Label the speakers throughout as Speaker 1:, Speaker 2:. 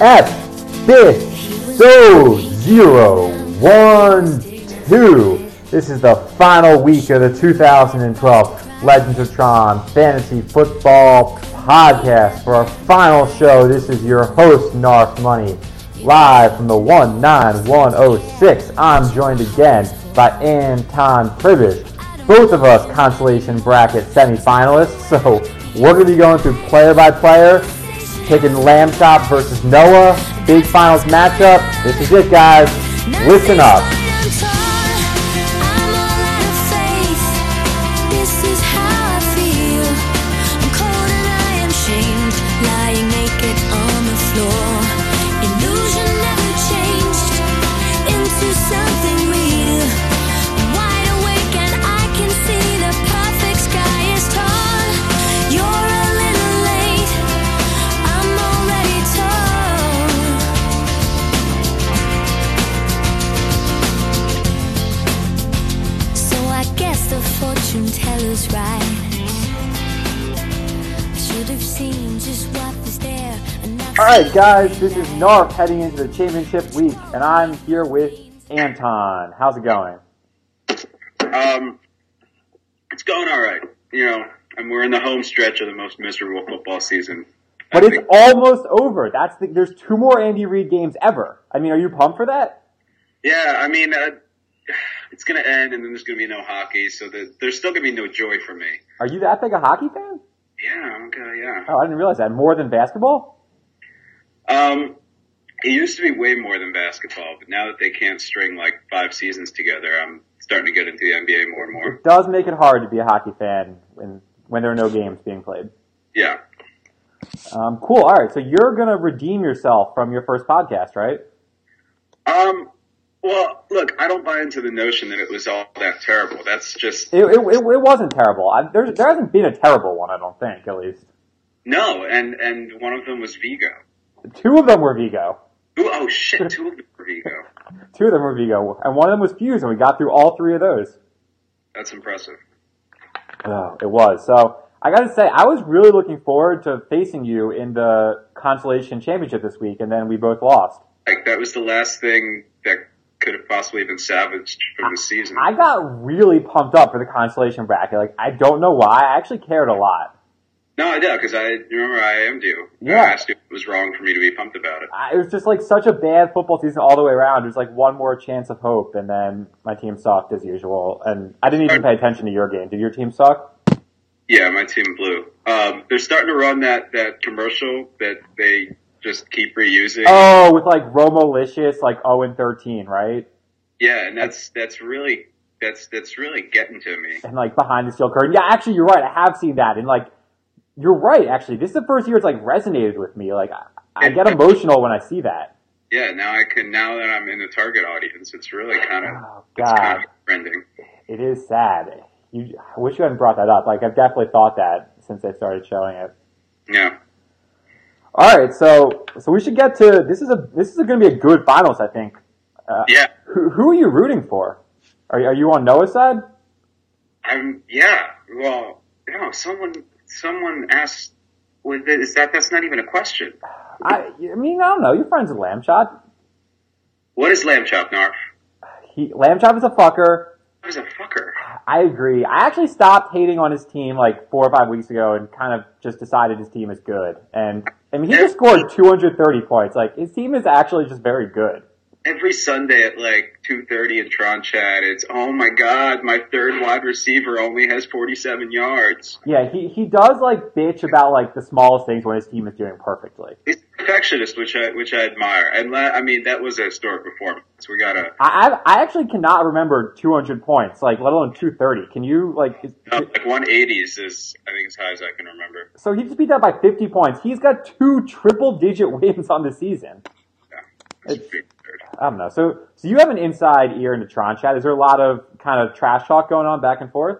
Speaker 1: F fifth so zero one two. This is the final week of the 2012 Legends of Tron Fantasy Football Podcast for our final show. This is your host Narf Money, live from the 19106. I'm joined again by Anton Pribish. Both of us consolation bracket semifinalists. So we're going to be going through player by player picking Lamb Chop versus Noah. Big finals matchup. This is it, guys. Listen up.
Speaker 2: Something real. Wide awake and I can see the perfect sky is tall. You're a little late. I'm already told. So I guess the fortune teller's right. I should have seen just what was there. and not
Speaker 1: All right,
Speaker 2: seen
Speaker 1: guys.
Speaker 2: it
Speaker 1: This is North heading into the championship week, and I'm here with Anton. How's it going?
Speaker 3: Um, it's going all right. You know, and we're in the home stretch of the most miserable football season. I
Speaker 1: But it's
Speaker 3: think-
Speaker 1: almost over. That's the, there's two more Andy Reid games ever. I mean, are you pumped for that?
Speaker 3: yeah. I mean, uh, it's going to end, and then there's going to be no hockey, so the, there's still going to be no joy for me.
Speaker 1: Are you that big a hockey fan?
Speaker 3: Yeah. I'm gonna. Yeah.
Speaker 1: Oh, I didn't realize that. More than basketball?
Speaker 3: Um, it used to be way more than basketball, but now that they can't string like five seasons together, I'm starting to get into the NBA more and more.
Speaker 1: Does make it hard to be a hockey fan when when there are no games being played.
Speaker 3: Yeah.
Speaker 1: Um, cool. All right. So you're gonna redeem yourself from your first podcast, right?
Speaker 3: Um. Well, look, I don't buy into the notion that it was all that terrible. That's just
Speaker 1: It, it, it, it wasn't terrible. I, there, there hasn't been a terrible one, I don't think, at least.
Speaker 3: no. And and one of them was Vigo.
Speaker 1: Two of them were Vigo.
Speaker 3: Ooh, oh shit, two of them are Vigo.
Speaker 1: Two of them were Vigo, and one of them was Fuse, and we got through all three of those.
Speaker 3: That's impressive.
Speaker 1: Oh, it was. So I got to say, I was really looking forward to facing you in the consolation championship this week, and then we both lost.
Speaker 3: Like that was the last thing that could have possibly been salvaged from the season.
Speaker 1: I got really pumped up for the consolation bracket. Like I don't know why. I actually cared a lot.
Speaker 3: no, I do because I you remember I am due.
Speaker 1: Yeah.
Speaker 3: I asked you if it was wrong for me to be pumped about it.
Speaker 1: I, it was just like such a bad football season all the way around. There's like one more chance of hope, and then my team sucked as usual. And I didn't even pay attention to your game. Did your team suck?
Speaker 3: Yeah, my team blew. Um, they're starting to run that that commercial that they just keep reusing.
Speaker 1: Oh, with like Romolicious, like 0 and 13, right?
Speaker 3: Yeah, and that's that's really that's that's really getting to me.
Speaker 1: And like behind the steel curtain. Yeah, actually, you're right. I have seen that. And like, you're right. Actually, this is the first year it's like resonated with me. Like, I, I get emotional when I see that.
Speaker 3: Yeah, now I can now that I'm in the target audience, it's really kind of
Speaker 1: Oh,
Speaker 3: it's
Speaker 1: God.
Speaker 3: kind of trending.
Speaker 1: It is sad. You, I wish you hadn't brought that up. Like, I've definitely thought that since they started showing it.
Speaker 3: Yeah.
Speaker 1: All right, so so we should get to this is a this is going to be a good finals, I think. Uh,
Speaker 3: Yeah.
Speaker 1: Who, who are you rooting for? Are, you- are you on Noah's side?
Speaker 3: I'm yeah. Well, you know, someone someone asked, well, th- "Is that that's not even a question?
Speaker 1: I, I mean, I don't know. Your friend's a lamb chop.
Speaker 3: What is lamb chop, Narf?
Speaker 1: He lamb chop is a fucker.
Speaker 3: I was a fucker.
Speaker 1: I agree. I actually stopped hating on his team like four or five weeks ago and kind of just decided his team is good. And I mean, he just scored 230 points. Like his team is actually just very good.
Speaker 3: Every Sunday at like two thirty in Tron Chat, it's oh my god, my third wide receiver only has forty seven yards.
Speaker 1: Yeah, he he does like bitch about like the smallest things when his team is doing perfectly.
Speaker 3: He's a perfectionist, which I which I admire. And la- I mean, that was a historic performance. We gotta.
Speaker 1: I, I I actually cannot remember 200 points, like let alone 230. Can you like? is-
Speaker 3: Uh, like 180s is, I think, as high as I can remember.
Speaker 1: so he just beat that by 50 points. He's got two triple-digit wins on the season.
Speaker 3: Yeah, that's
Speaker 1: It's-
Speaker 3: pretty weird.
Speaker 1: I don't know. So so you have an inside ear into Tron chat. Is there a lot of kind of trash talk going on back and forth?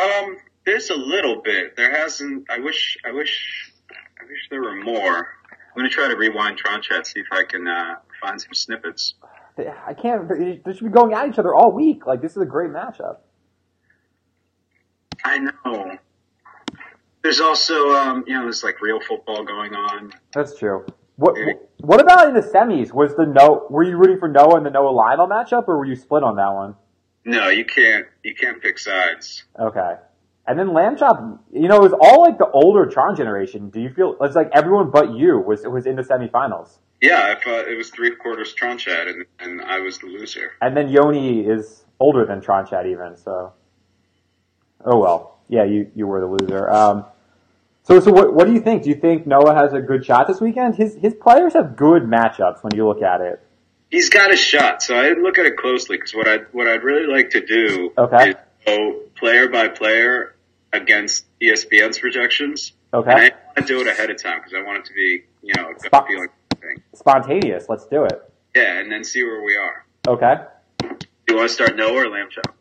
Speaker 3: Um, there's a little bit. There hasn't. I wish. I wish. I wish there were more. I'm gonna try to rewind Tron Chat see if I can uh, find some snippets.
Speaker 1: I can't. They they should be going at each other all week. Like this is a great matchup.
Speaker 3: I know. There's also, um, you know, there's like real football going on.
Speaker 1: That's true. What what about in the semis? Was the no? Were you rooting for Noah and the Noah Lionel matchup, or were you split on that one?
Speaker 3: No, you can't. You can't pick sides.
Speaker 1: Okay. And then Lamb Chop, you know, it was all like the older Tron generation. Do you feel it's like everyone but you was was in the semifinals,
Speaker 3: Yeah, if, uh, it was three quarters Tronchad, and and I was the loser.
Speaker 1: and then Yoni is older than Tron Chat even. So, oh well, yeah, you you were the loser. Um, so so what what do you think? Do you think Noah has a good shot this weekend? His his players have good matchups when you look at it.
Speaker 3: He's got a shot, so I didn't look at it closely because what I what I'd really like to do
Speaker 1: Okay.
Speaker 3: is go player by player against E ESPN's projections.
Speaker 1: Okay.
Speaker 3: and I want to do it ahead of time because I want it to be you know a good
Speaker 1: Spot.
Speaker 3: feeling thing.
Speaker 1: Spontaneous. Let's do it.
Speaker 3: Yeah, and then see where we are.
Speaker 1: Okay.
Speaker 3: Do you want to start Noah or Lamb Chop?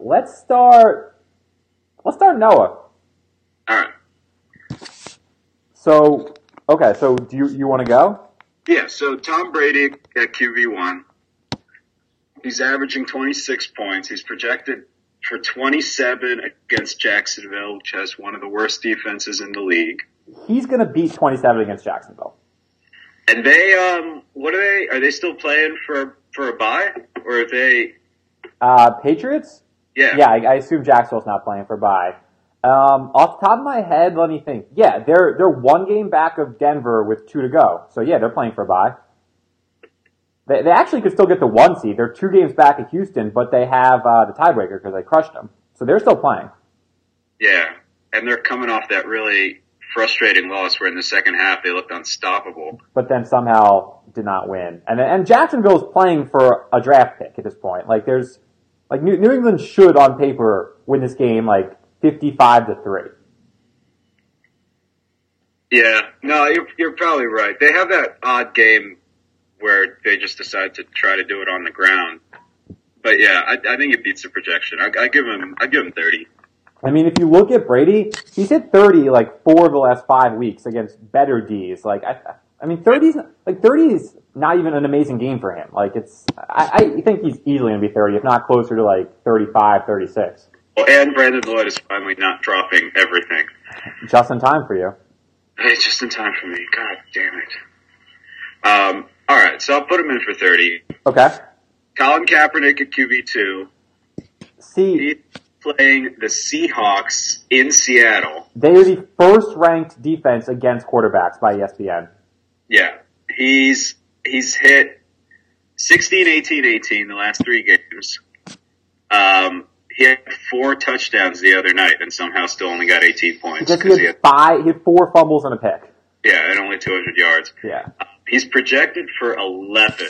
Speaker 1: Let's start. Let's start Noah.
Speaker 3: All right.
Speaker 1: So okay. So do you you want to go?
Speaker 3: Yeah, so Tom Brady at QB1. He's averaging 26 points. He's projected for 27 against Jacksonville, which has one of the worst defenses in the league.
Speaker 1: He's gonna beat twenty seven against Jacksonville.
Speaker 3: And they, um, what are they? Are they still playing for for a bye, or are they?
Speaker 1: Uh, Patriots.
Speaker 3: Yeah,
Speaker 1: Yeah, I, I assume Jacksonville's not playing for bye. Um, off the top of my head, let me think. Yeah, they're they're one game back of Denver with two to go. So yeah, they're playing for bye. They, they actually could still get the one seed. They're two games back at Houston, but they have uh, the tiebreaker because they crushed them. So they're still playing.
Speaker 3: yeah. And they're coming off that really frustrating loss where in the second half they looked unstoppable.
Speaker 1: but then somehow did not win. And and Jacksonville's playing for a draft pick at this point. Like there's like New, New England should on paper win this game like 55 to 3.
Speaker 3: Yeah, no, you're you're probably right. They have that odd game where they just decide to try to do it on the ground. But yeah, I, I think it beats the projection. I, I give him I give him thirty.
Speaker 1: I mean, if you look at Brady, he's hit 30 like four of the last 5 weeks against better D's. Like I I mean 30's like 30 is not even an amazing game for him. Like it's I, I think he's easily going to be 30 if not closer to like 35, 36.
Speaker 3: Well, and Brandon Lloyd is finally not dropping everything.
Speaker 1: Just in time for you.
Speaker 3: Hey, just in time for me. God damn it. Um, all right, so I'll put him in for thirty.
Speaker 1: Okay.
Speaker 3: Colin Kaepernick at QB two.
Speaker 1: See,
Speaker 3: He's playing the Seahawks in Seattle.
Speaker 1: They are the first ranked defense against quarterbacks by E ESPN.
Speaker 3: Yeah. He's he's hit 16, 18, 18 the last three games. Um, he had four touchdowns the other night and somehow still only got 18 points.
Speaker 1: Just
Speaker 3: 'cause
Speaker 1: he
Speaker 3: he
Speaker 1: had five, he had four fumbles and a pick.
Speaker 3: had- yeah, and only 200 yards.
Speaker 1: Yeah,
Speaker 3: He's projected for 11.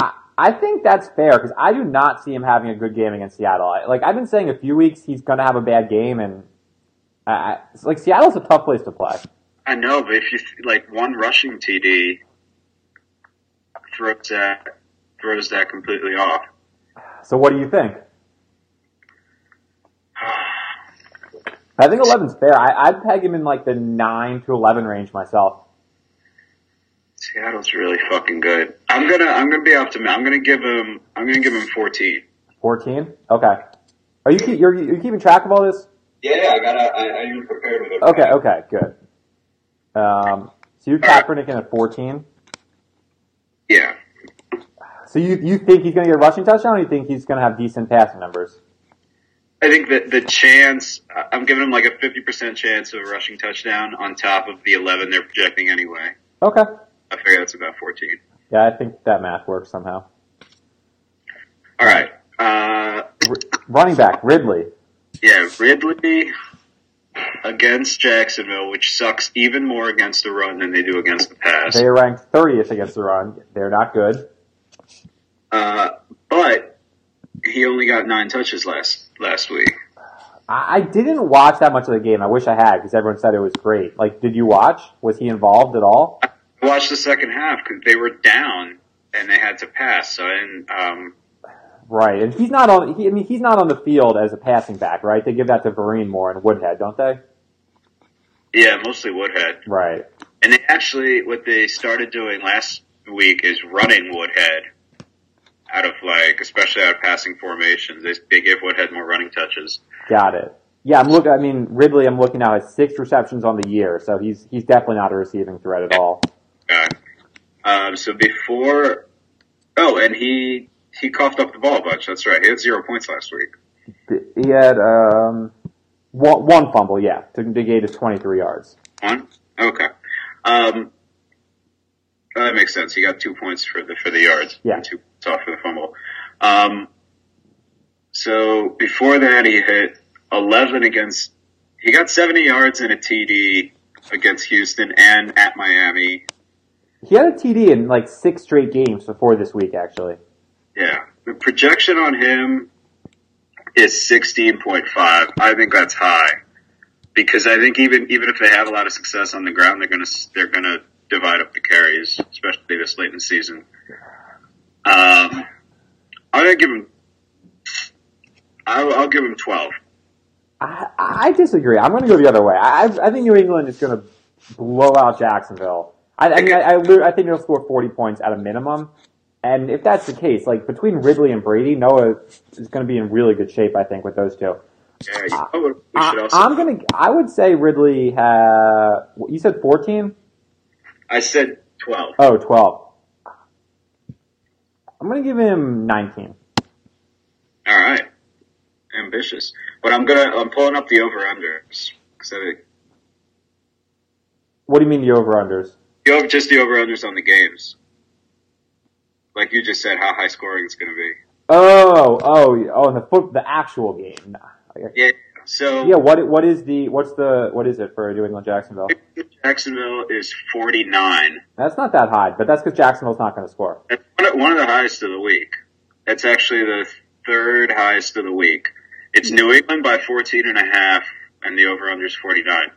Speaker 1: I, I think that's fair because I do not see him having a good game against Seattle. I, like I've been saying a few weeks, he's going to have a bad game, and I, I, it's like Seattle's a tough place to play.
Speaker 3: I know, but if you, th- like, one rushing TD throws that, throws that completely off.
Speaker 1: So what do you think? I think 11's fair. I, I'd peg him in like the nine to eleven range myself.
Speaker 3: Seattle's really fucking good. I'm gonna, I'm gonna be optimistic. I'm gonna give him, I'm gonna give him 14.
Speaker 1: Fourteen. Okay. Are you keep, you're, you keeping track of all this?
Speaker 3: Yeah, I gotta. I, I even prepared with it.
Speaker 1: Okay, okay, good. Um, so you're Kaepernick in at 14.
Speaker 3: Yeah.
Speaker 1: So you, you think he's going to get a rushing touchdown or you think he's going to have decent passing numbers?
Speaker 3: I think that the chance, I- I'm giving him like a 50% chance of a rushing touchdown on top of the 11 they're projecting anyway.
Speaker 1: Okay.
Speaker 3: I figure that's about 14.
Speaker 1: Yeah, I think that math works somehow.
Speaker 3: All right. Uh,
Speaker 1: R- running back, Ridley.
Speaker 3: yeah, Ridley against Jacksonville, which sucks even more against the run than they do against the pass.
Speaker 1: They are ranked 30th against the run. They're not good.
Speaker 3: Uh, but he only got nine touches last last week.
Speaker 1: I, I didn't watch that much of the game. I wish I had because everyone said it was great. Like, did you watch? Was he involved at all?
Speaker 3: I watched the second half because they were down and they had to pass. So I didn't. Um,
Speaker 1: Right. And he's not on, he, I mean, he's not on the field as a passing back, right? They give that to Vereen more and Woodhead, don't they?
Speaker 3: yeah, mostly Woodhead.
Speaker 1: Right.
Speaker 3: And they actually, what they started doing last week is running Woodhead out of like, especially out of passing formations. They, they give Woodhead more running touches.
Speaker 1: Got it. Yeah, I'm look. I mean, Ridley. I'm looking now at six receptions on the year, so he's he's definitely not a receiving threat at all.
Speaker 3: Okay. Uh, Um, so before, oh, and he he coughed up the ball a bunch. That's right. He had zero points last week.
Speaker 1: Th- He had um, one, one fumble. Yeah, to, to gain his 23 yards.
Speaker 3: One. Okay. Um, oh, that makes sense. He got two points for the for the yards.
Speaker 1: Yeah.
Speaker 3: And two points off for the fumble. Um, so before that, he hit eleven against. He got seventy yards and a TD against Houston and at Miami.
Speaker 1: He had a TD in like six straight games before this week, actually.
Speaker 3: Yeah. The projection on him is 16.5. I think that's high because I think even, even if they have a lot of success on the ground, they're going to, they're going to divide up the carries, especially this late in the season. Um, I'm going to give him, I'll, I'll give him 12.
Speaker 1: I, I disagree. I'm going to go the other way. I, I I think New England is going to blow out Jacksonville. I, I mean, I, I, li- I think they'll score 40 points at a minimum. And if that's the case, like between Ridley and Brady, Noah is going to be in really good shape, I think, with those two.
Speaker 3: Yeah. You know what we should
Speaker 1: I,
Speaker 3: also,
Speaker 1: I'm going to, I would say Ridley, ha you said 14?
Speaker 3: I said 12.
Speaker 1: Oh, 12. I'm going to give him 19.
Speaker 3: All right. Ambitious. But I'm going to, I'm pulling up the over-unders. So
Speaker 1: What do you mean the over-unders?
Speaker 3: The over, just the over unders on the games. Like you just said, how high scoring it's going to be.
Speaker 1: Oh, oh, oh, and the foot, the actual game.
Speaker 3: Yeah. So
Speaker 1: Yeah, what what is the what's the what is it for New England Jacksonville?
Speaker 3: Jacksonville is 49.
Speaker 1: That's not that high, but that's because Jacksonville's not going to score.
Speaker 3: That's one of- one of the highest of the week. That's actually the third highest of the week. It's New England by 14 and a half, and the over under is 49.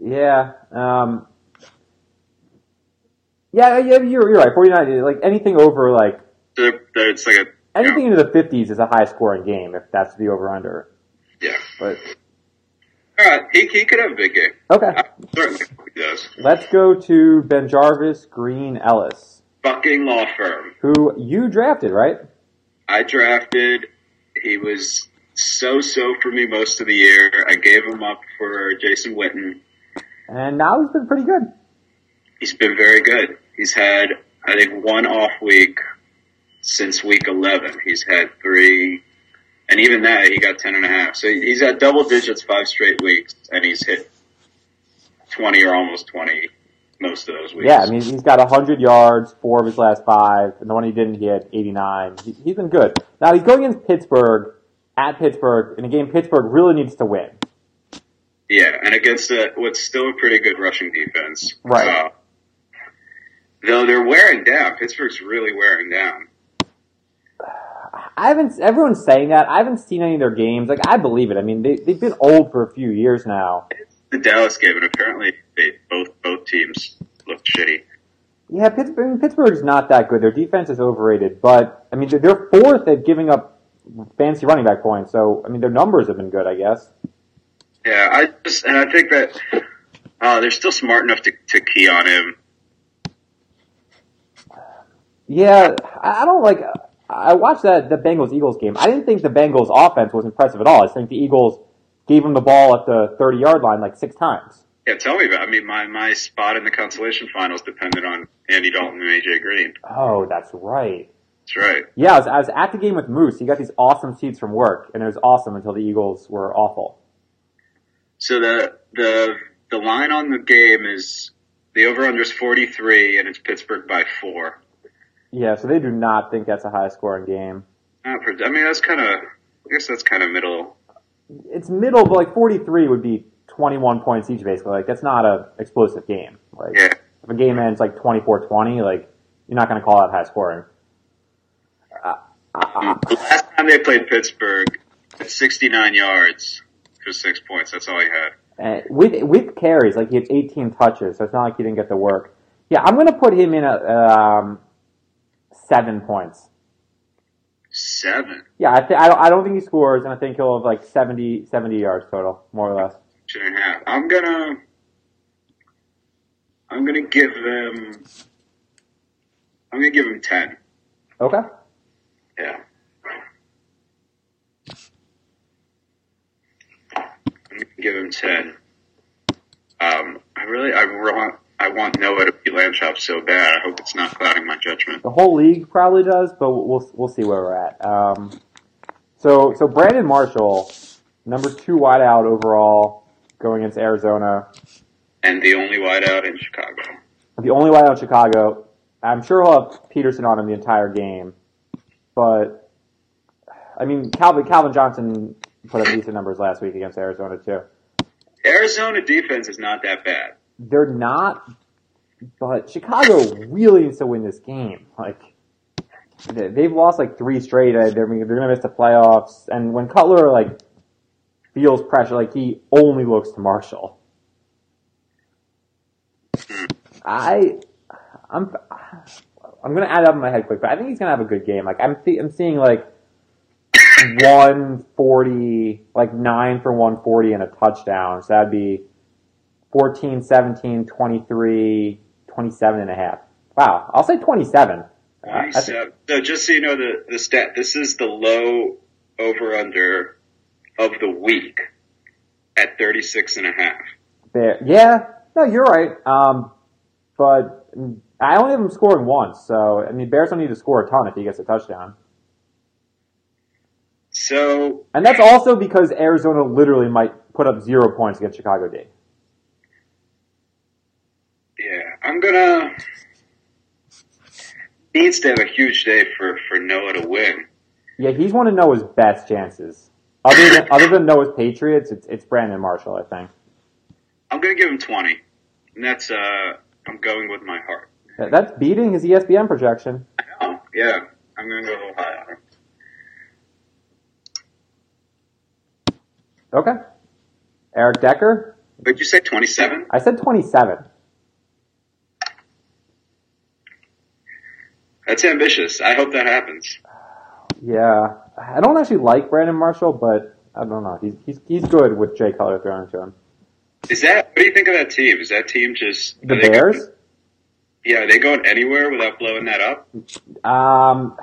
Speaker 1: Yeah, um, yeah, yeah, you're you're right. Forty nine, like anything over like
Speaker 3: So they're- they're- it's like a
Speaker 1: anything into the fifties is a high scoring game if that's the over under.
Speaker 3: Yeah.
Speaker 1: But
Speaker 3: All right. He, he could have a big game.
Speaker 1: okay,
Speaker 3: I certainly hope he does.
Speaker 1: let's go to Ben Jarvis Green Ellis,
Speaker 3: Fucking law firm.
Speaker 1: who you drafted, right?
Speaker 3: I drafted. He was so so for me most of the year. I gave him up for Jason Witten.
Speaker 1: And now he's been pretty good.
Speaker 3: He's been very good. He's had I think one off week since week eleven. He's had three, and even that he got ten and a half. So he's had double digits five straight weeks, and he's hit twenty or almost twenty most of those weeks.
Speaker 1: Yeah, I mean he's got hundred yards, four of his last five, and the one he didn't, he had eighty nine. He, he's been good. Now he's going against Pittsburgh at Pittsburgh in a game Pittsburgh really needs to win.
Speaker 3: Yeah, and against a, what's still a pretty good rushing defense.
Speaker 1: Right.
Speaker 3: Uh, though they're wearing down. Pittsburgh's really wearing down.
Speaker 1: I haven't. Everyone's saying that. I haven't seen any of their games. Like I believe it. I mean, they they've been old for a few years now.
Speaker 3: The Dallas game, and apparently they both both teams looked shitty.
Speaker 1: Yeah, Pittsburgh, I mean, Pittsburgh's not that good. Their defense is overrated, but I mean, they're, they're fourth at giving up fancy running back points. So I mean, their numbers have been good, I guess.
Speaker 3: Yeah, I just and I think that uh, they're still smart enough to, to key on him.
Speaker 1: Yeah, I I don't like. I watched that the Bengals Eagles game. I didn't think the Bengals offense was impressive at all. I think the Eagles gave them the ball at the thirty yard line like six times.
Speaker 3: Yeah, tell me about. I mean, my my spot in the consolation finals depended on Andy Dalton and AJ Green.
Speaker 1: Oh, that's right.
Speaker 3: That's right.
Speaker 1: Yeah, I was, I was at the game with Moose. He got these awesome seats from work, and it was awesome until the Eagles were awful.
Speaker 3: So the the the line on the game is the over under is forty three, and it's Pittsburgh by four.
Speaker 1: Yeah, so they do not think that's a high scoring game.
Speaker 3: Not for, I mean, that's kind of. I guess that's kind of middle.
Speaker 1: It's middle, but like 43 would be 21 points each, basically. Like, that's not a explosive game. Like,
Speaker 3: Yeah.
Speaker 1: if a game ends like 24 20, like, you're not going to call out high scoring.
Speaker 3: The last time they played Pittsburgh, at 69 yards for six points. That's all he had.
Speaker 1: And with, with carries, like, he had 18 touches, so it's not like he didn't get the work. Yeah, I'm going to put him in a, um, seven points.
Speaker 3: Seven.
Speaker 1: Yeah, I, th- I, don't, I don't think he scores, and I think he'll have like 70, 70 yards total, more or less.
Speaker 3: Two and a half. I'm gonna. I'm gonna give them. I'm gonna give them ten.
Speaker 1: Okay.
Speaker 3: Yeah. give him ten. Um, I really, I want, I want Noah to beat Landshop so bad. I hope it's not clouding my judgment.
Speaker 1: The whole league probably does, but we'll we'll see where we're at. Um, so so Brandon Marshall, number two wideout overall, going against Arizona.
Speaker 3: And the only wideout in Chicago.
Speaker 1: the only wideout in Chicago. I'm sure he'll have Peterson on him the entire game, but I mean Calvin Calvin Johnson put up decent numbers last week against Arizona too.
Speaker 3: Arizona defense is not that bad.
Speaker 1: They're not, but Chicago really needs to win this game. Like they- they've lost like three straight. Uh, They're they're gonna miss the playoffs. And when Cutler like feels pressure, like he only looks to Marshall. I, I'm, I'm gonna add up in my head quick, but I think he's gonna have a good game. Like I'm, see, I'm seeing like one forty, like nine for one forty and a touchdown. So that'd be 14, 17, 23, 27 and a half. Wow, I'll say twenty-seven. Uh, I- I think-
Speaker 3: So, so just so you know, the, the stat, this is the low over under of the week at 36 and a half.
Speaker 1: There, yeah, no, you're right. Um, but I only have him scoring once, so I mean, Bears don't need to score a ton if he gets a touchdown,
Speaker 3: So
Speaker 1: and that's also because Arizona literally might put up zero points against Chicago D.
Speaker 3: Yeah, I'm gonna. Needs to have a huge day for for Noah to win.
Speaker 1: Yeah, he's one of Noah's best chances. Other than other than Noah's Patriots, it's it's Brandon Marshall, I think.
Speaker 3: I'm gonna give him 20, and that's uh, I'm going with my heart.
Speaker 1: That- That's beating his E ESPN projection.
Speaker 3: Oh yeah, I'm gonna go a little high on him.
Speaker 1: Okay, Eric Decker.
Speaker 3: But you say 27?
Speaker 1: I said twenty-seven.
Speaker 3: That's ambitious. I hope that happens.
Speaker 1: Yeah, I don't actually like Brandon Marshall, but I don't know. He's he's he's good with Jay Cutler thrown to him.
Speaker 3: Is that what do you think of that team? Is that team just
Speaker 1: The
Speaker 3: are they
Speaker 1: Bears.
Speaker 3: Going, yeah, are they going anywhere without blowing that up?
Speaker 1: Um,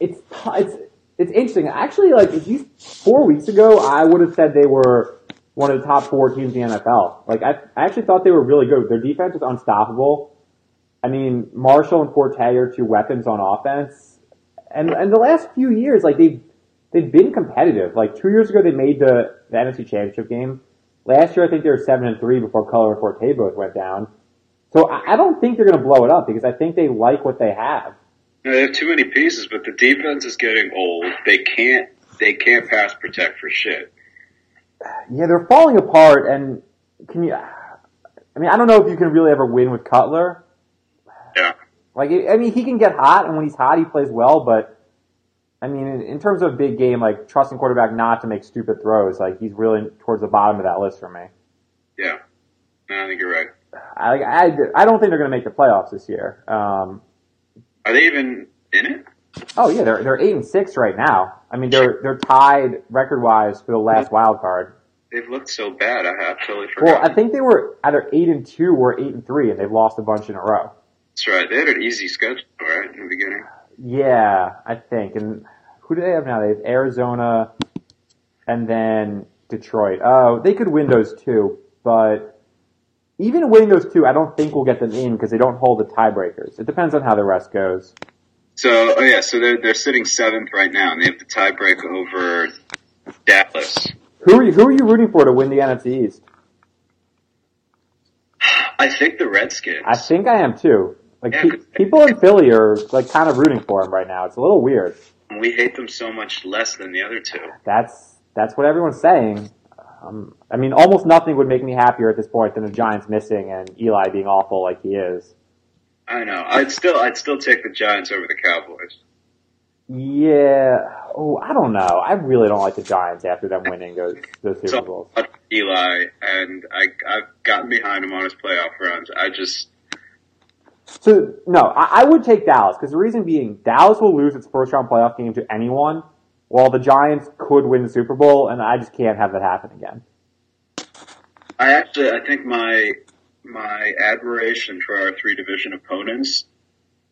Speaker 1: it's it's it's interesting. Actually, like if you four weeks ago, I would have said they were one of the top four teams in the NFL. Like I, I actually thought they were really good. Their defense is unstoppable. I mean, Marshall and Forte are two weapons on offense, and and the last few years, like they've they've been competitive. Like two years ago, they made the the NFC Championship game. Last year, I think they were seven and three before Color and Forte both went down. So I, I don't think they're going to blow it up because I think they like what they have.
Speaker 3: No, they have too many pieces, but the defense is getting old. They can't they can't pass protect for shit.
Speaker 1: Yeah, they're falling apart, and can you? I mean, I don't know if you can really ever win with Cutler.
Speaker 3: Yeah.
Speaker 1: Like, I mean, he can get hot, and when he's hot, he plays well. But I mean, in, in terms of big game, like trusting quarterback not to make stupid throws, like he's really towards the bottom of that list for me.
Speaker 3: Yeah. No, I think you're right.
Speaker 1: I I, I don't think they're going to make the playoffs this year. Um,
Speaker 3: Are they even in it?
Speaker 1: oh yeah, they're they're eight and six right now. I mean, they're they're tied record wise for the last wild card.
Speaker 3: They've looked so bad. I have totally
Speaker 1: Well,
Speaker 3: forgotten.
Speaker 1: I think they were either eight and two or eight and three, and they've lost a bunch in a row.
Speaker 3: That's right. They had an easy schedule, right, in the beginning.
Speaker 1: Yeah, I think. And who do they have now? They have Arizona and then Detroit. Oh, they could win those two, but even winning those two, I don't think will get them in because they don't hold the tiebreakers. It depends on how the rest goes.
Speaker 3: So, oh yeah, so they're they're sitting seventh right now, and they have the tiebreak over Dallas.
Speaker 1: Who are you, who are you rooting for to win the NFC East?
Speaker 3: I think the Redskins.
Speaker 1: I think I am too. Like
Speaker 3: Yeah,
Speaker 1: pe-
Speaker 3: 'cause-
Speaker 1: people in Philly are like kind of rooting for him right now. It's a little weird.
Speaker 3: we hate them so much less than the other two.
Speaker 1: That's that's what everyone's saying. Um, I mean, almost nothing would make me happier at this point than the Giants missing and Eli being awful like he is.
Speaker 3: I know. I'd still I'd still take the Giants over the Cowboys.
Speaker 1: Yeah. Oh, I don't know. I really don't like the Giants after them winning those those Super Bowls.
Speaker 3: So Eli and I I've gotten behind him on his playoff runs. I just
Speaker 1: So no, I, I would take Dallas because the reason being Dallas will lose its first round playoff game to anyone, while the Giants could win the Super Bowl, and I just can't have that happen again.
Speaker 3: I actually I think my my admiration for our three division opponents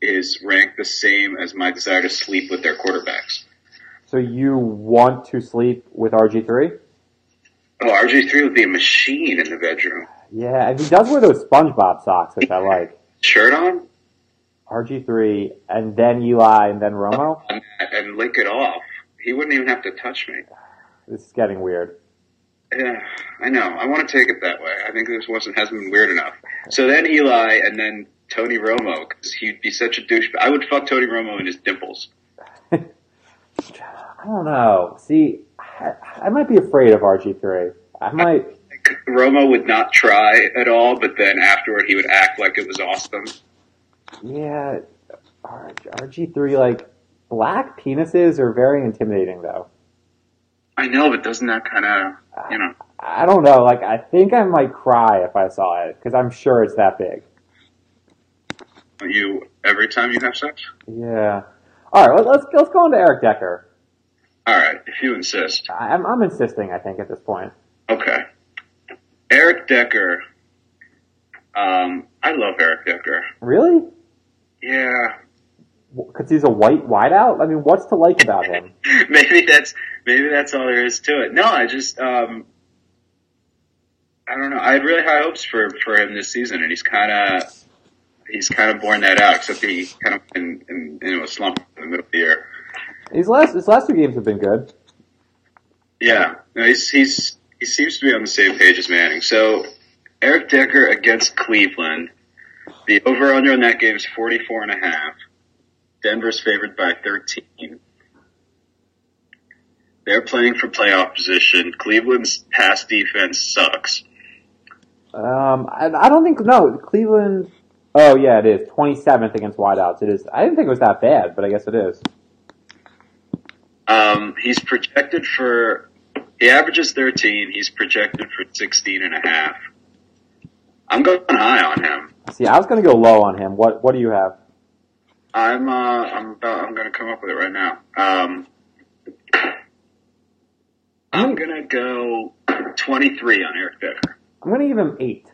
Speaker 3: is ranked the same as my desire to sleep with their quarterbacks.
Speaker 1: So you want to sleep with RG three?
Speaker 3: Oh, RG3 would be a machine in the bedroom.
Speaker 1: Yeah, and he does wear those SpongeBob socks, which I like.
Speaker 3: Shirt on
Speaker 1: RG3, and then Eli, and then Romo.
Speaker 3: and, and lick it off. He wouldn't even have to touch me.
Speaker 1: This is getting weird.
Speaker 3: Yeah, I know. I want to take it that way. I think this wasn't hasn't been weird enough. So then Eli and then Tony Romo because he'd be such a douchebag. I would fuck Tony Romo in his dimples.
Speaker 1: I don't know. See, I, I might be afraid of RG3. I might.
Speaker 3: Like, Romo would not try at all, but then afterward he would act like it was awesome.
Speaker 1: Yeah, R- RG3, like, black penises are very intimidating, though.
Speaker 3: I know, but doesn't that kind of you know?
Speaker 1: I don't know, like, I think I might cry if I saw it, because I'm sure it's that big.
Speaker 3: You every time you have sex.
Speaker 1: Yeah. Alright, let, let's, let's go on to Eric Decker.
Speaker 3: All right, if you insist.
Speaker 1: I- I'm, I'm insisting, I think, at this point.
Speaker 3: Okay. Eric Decker. Um, I love Eric Decker.
Speaker 1: Really?
Speaker 3: Yeah,
Speaker 1: Because he's a white wideout? I mean, what's to like about him?
Speaker 3: maybe that's maybe that's all there is to it. No, I just um, I don't know. I had really high hopes for for him this season, and he's kind of he's kind of borne that out. Except he kind of in in, in a slump in the middle of the year.
Speaker 1: His last, his last two games have been good.
Speaker 3: Yeah, no, he's he's he seems to be on the same page as Manning. So Eric Decker against Cleveland. The over under in that game is 44 and a half. Denver's favored by 13. They're playing for playoff position. Cleveland's pass defense sucks.
Speaker 1: Um, I, I don't think, no, Cleveland, oh yeah, it is. 27th against wideouts. It is, I didn't think it was that bad, but I guess it is.
Speaker 3: Um, he's projected for, he averages 13. He's projected for 16 and a half. I'm going high on him.
Speaker 1: See, I was going to go low on him. What What do you have?
Speaker 3: I'm uh, I'm about I'm gonna come up with it right now. Um, I'm gonna go 23 on Eric Decker.
Speaker 1: I'm going to give him eight.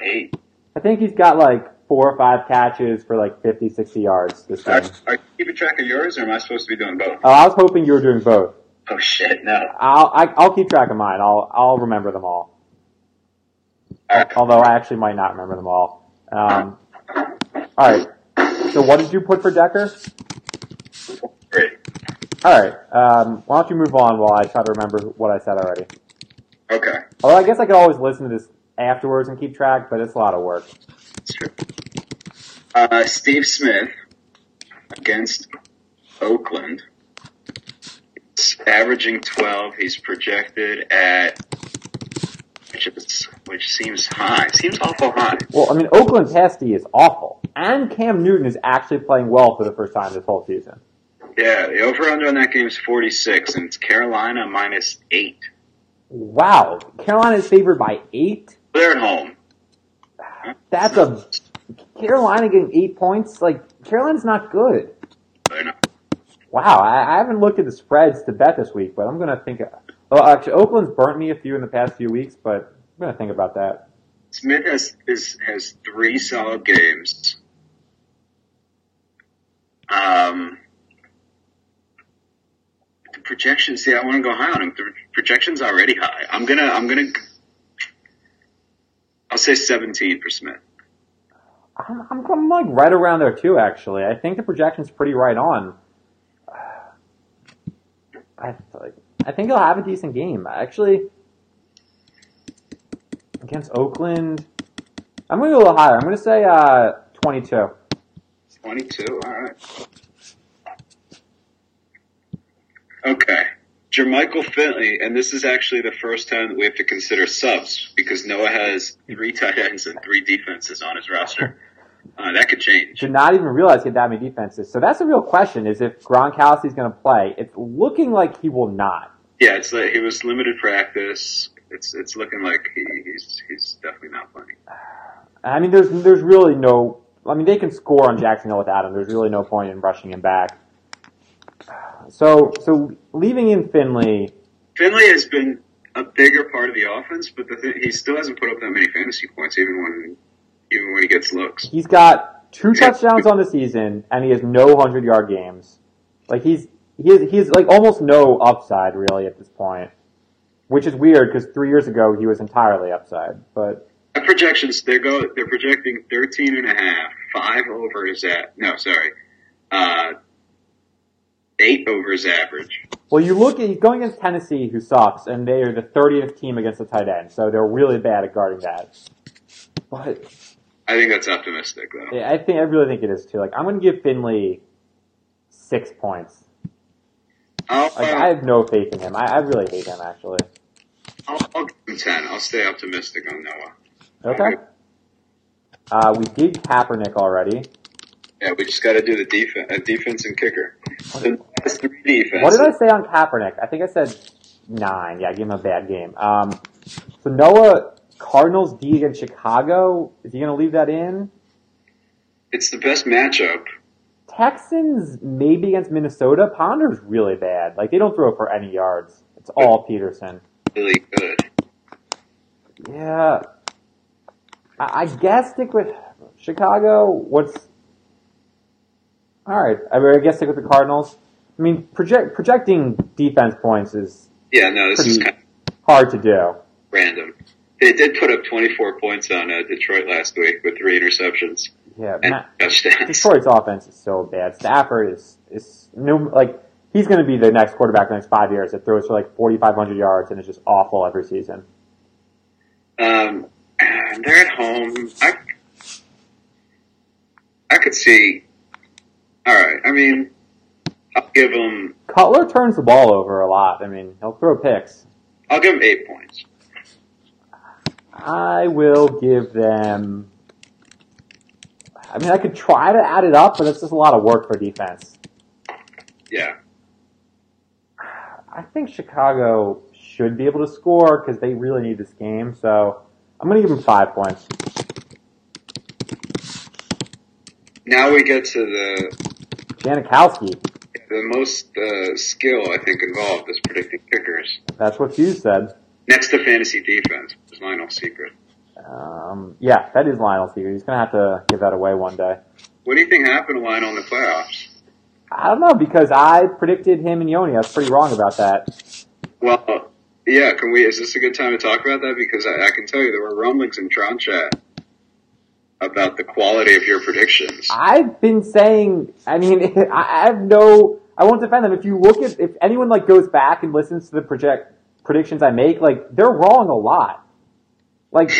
Speaker 3: Eight.
Speaker 1: I think he's got like four or five catches for like 50, 60 yards this
Speaker 3: Are,
Speaker 1: game.
Speaker 3: are you keeping track of yours, or am I supposed to be doing both?
Speaker 1: Oh, I was hoping you were doing both.
Speaker 3: Oh shit, no.
Speaker 1: I'll I, I'll keep track of mine. I'll I'll remember them all.
Speaker 3: All right.
Speaker 1: Although I actually might not remember them all. Um, all right. So what did you put for Decker?
Speaker 3: Great.
Speaker 1: All right. Um, why don't you move on while I try to remember what I said already?
Speaker 3: Okay.
Speaker 1: Although I guess I could always listen to this afterwards and keep track, but it's a lot of work.
Speaker 3: That's true. Uh, Steve Smith against Oakland. He's averaging 12. He's projected at, which is, which seems high. Seems awful high.
Speaker 1: Well, I mean, Oakland's pass D is awful, and Cam Newton is actually playing well for the first time this whole season.
Speaker 3: Yeah, the over under on that game is 46, and it's Carolina minus 8.
Speaker 1: Wow, Carolina is favored by eight.
Speaker 3: They're at home.
Speaker 1: That's a Carolina getting eight points. Like Carolina's not good.
Speaker 3: They're not.
Speaker 1: Wow, I, I haven't looked at the spreads to bet this week, but I'm gonna think. Oh, actually, Oakland's burnt me a few in the past few weeks, but I'm gonna think about that.
Speaker 3: Smith has, is, has three solid games. Um, the projections, see, I want to go high on him. The projection's already high. I'm gonna, I'm gonna, I'll say 17 for Smith.
Speaker 1: I'm, I'm, I'm like right around there too. Actually, I think the projection's pretty right on. I like, I think he'll have a decent game actually against Oakland. I'm gonna go a little higher. I'm gonna say uh, 22.
Speaker 3: 22, alright. Okay. Jermichael Finley, and this is actually the first time that we have to consider subs because Noah has three tight ends and three defenses on his roster. Uh, that could change.
Speaker 1: Should not even realize he had that many defenses. So that's a real question: is if Gronkowski's gonna play? It's looking like he will not.
Speaker 3: Yeah, it's like it was limited practice. It's it's looking like he, he's he's definitely not playing.
Speaker 1: I mean, there's there's really no. I mean, they can score on Jacksonville without him. There's really no point in rushing him back. So so leaving in Finley,
Speaker 3: Finley has been a bigger part of the offense, but the thing, he still hasn't put up that many fantasy points, even when even when he gets looks.
Speaker 1: he's got two touchdowns on the season, and he has no hundred yard games. Like he's he has, he has like almost no upside really at this point. which is weird because three years ago he was entirely upside. But
Speaker 3: The projections they go they're projecting 13 and a half, 5 over his at no, sorry. Uh 8 over his average.
Speaker 1: well, you look at he's going against Tennessee, who sucks, and they are the 30th team against the tight end, so they're really bad at guarding that. But
Speaker 3: I think that's optimistic though.
Speaker 1: yeah, I think I really think it is too. Like I'm going to give Finley six points.
Speaker 3: I'll, uh,
Speaker 1: Like I have no faith in him. I, I really hate him actually.
Speaker 3: I'll, I'll give him 10. I'll stay optimistic on Noah.
Speaker 1: Okay. Uh, we did Kaepernick already.
Speaker 3: Yeah, we just got to do the defense, uh, defense and kicker. The last three defenses.
Speaker 1: What did I say on Kaepernick? I think I said nine. Yeah, I gave him a bad game. Um, so Noah Cardinals D against Chicago. Is he going to leave that in?
Speaker 3: It's the best matchup.
Speaker 1: Texans maybe against Minnesota. Ponder's really bad. Like they don't throw for any yards. It's all Peterson.
Speaker 3: Really good.
Speaker 1: Yeah. I, I guess stick with Chicago. What's all right? I, mean, I guess stick with the Cardinals. I mean, project, projecting defense points is
Speaker 3: Yeah, no, this is
Speaker 1: pretty
Speaker 3: kind of
Speaker 1: hard to do.
Speaker 3: random. They did put up 24 points on uh, Detroit last week with three interceptions
Speaker 1: Yeah,
Speaker 3: and
Speaker 1: Matt,
Speaker 3: touchdowns.
Speaker 1: Detroit's offense is so bad. Stafford is is no like he's going to be the next quarterback the next five years that throws for like forty five hundred yards and is just awful every season.
Speaker 3: Um, and they're at home. I, I could see. All right. I mean, I'll give them.
Speaker 1: Cutler turns the ball over a lot. I mean, he'll throw picks.
Speaker 3: I'll give them eight points.
Speaker 1: I will give them. I mean, I could try to add it up, but it's just a lot of work for defense.
Speaker 3: Yeah.
Speaker 1: I think Chicago should be able to score because they really need this game. So I'm going to give them five points.
Speaker 3: Now we get to the
Speaker 1: Janikowski.
Speaker 3: the most uh, skill I think involved is predicting kickers.
Speaker 1: That's what Hughes said.
Speaker 3: Next to fantasy defense is Lionel's secret.
Speaker 1: Um, yeah, that is Lionel's secret. He's going to have to give that away one day.
Speaker 3: What do you think happened to Lionel in the playoffs?
Speaker 1: I don't know because I predicted him and Yoni. I was pretty wrong about that.
Speaker 3: Well, yeah. Can we? Is this a good time to talk about that? Because I, I can tell you there were rumblings in Tron chat about the quality of your predictions.
Speaker 1: I've been saying. I mean, I I have no. I won't defend them. If you look at, if anyone like goes back and listens to the project predictions I make, like they're wrong a lot. Like,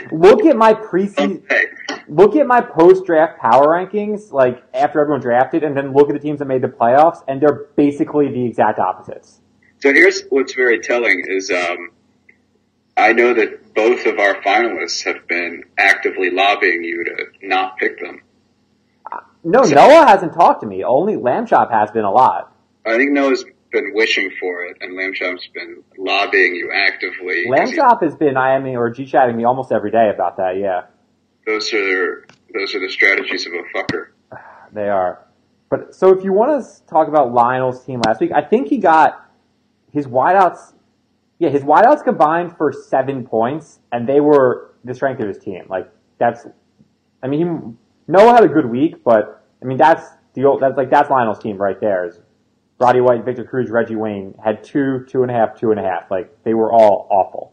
Speaker 1: look at my preseason.
Speaker 3: Hey,
Speaker 1: Look at my post draft power rankings. Like after everyone drafted, and then look at the teams that made the playoffs, and they're basically the exact opposites.
Speaker 3: so here's what's very telling is um, I know that both of our finalists have been actively lobbying you to not pick them.
Speaker 1: No, Noah hasn't talked to me. Only Lamb Chop has been a lot.
Speaker 3: I think Noah's been wishing for it, and Lambchop's been lobbying you actively. 'cause
Speaker 1: Lamb
Speaker 3: he-
Speaker 1: Chop has been IMing or G chatting me almost every day about that. Yeah.
Speaker 3: Those are those are the strategies of a fucker.
Speaker 1: They are. But so if you want to talk about Lionel's team last week, I think he got his wideouts. Yeah, his wideouts combined for seven points, and they were the strength of his team. Like that's, I mean, he, Noah had a good week, but I mean that's the old, that's like that's Lionel's team right there. Is Roddy White, Victor Cruz, Reggie Wayne had two, two and a half, two and a half. Like they were all awful.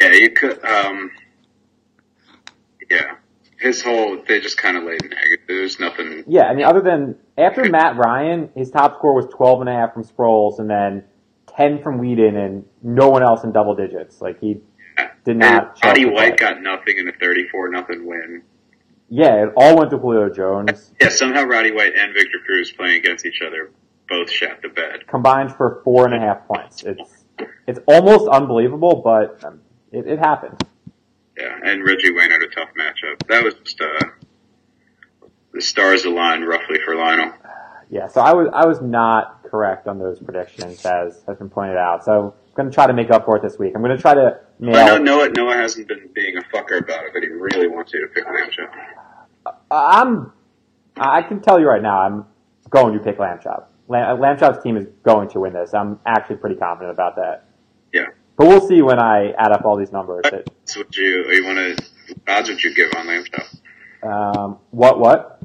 Speaker 3: Yeah, you could. Um, yeah, his whole they just kind of laid an egg. There's nothing.
Speaker 1: Yeah, I mean, other than after Matt Ryan, his top score was 12 and a half from Sproles and then 10 from Whedon and no one else in double digits. Like, he did not.
Speaker 3: And Roddy
Speaker 1: show up
Speaker 3: White
Speaker 1: for that.
Speaker 3: got nothing in a 34 nothing win.
Speaker 1: Yeah, it all went to Julio Jones,
Speaker 3: Yeah, somehow Roddy White and Victor Cruz playing against each other both shot the bed.
Speaker 1: combined for four and a half points. It's, it's almost unbelievable, but um, it, it happened.
Speaker 3: Yeah, and Reggie Wayne had a tough matchup. That was just uh, the stars aligned roughly for Lionel.
Speaker 1: Yeah, so I was, I was not correct on those predictions as has been pointed out. So I'm going to try to make up for it this week. I'm going to try to nail.
Speaker 3: I know Noah Noah hasn't been being a fucker about it, but he really wants you to pick Lambchop.
Speaker 1: I'm. I can tell you right now, I'm going to pick Lamb Chop. Lam, uh, Lamb Chop's team is going to win this. I'm actually pretty confident about that.
Speaker 3: Yeah.
Speaker 1: But we'll see when I add up all these numbers. That,
Speaker 3: So would you you want to? Odds would you give on Lambchop?
Speaker 1: um, what? What?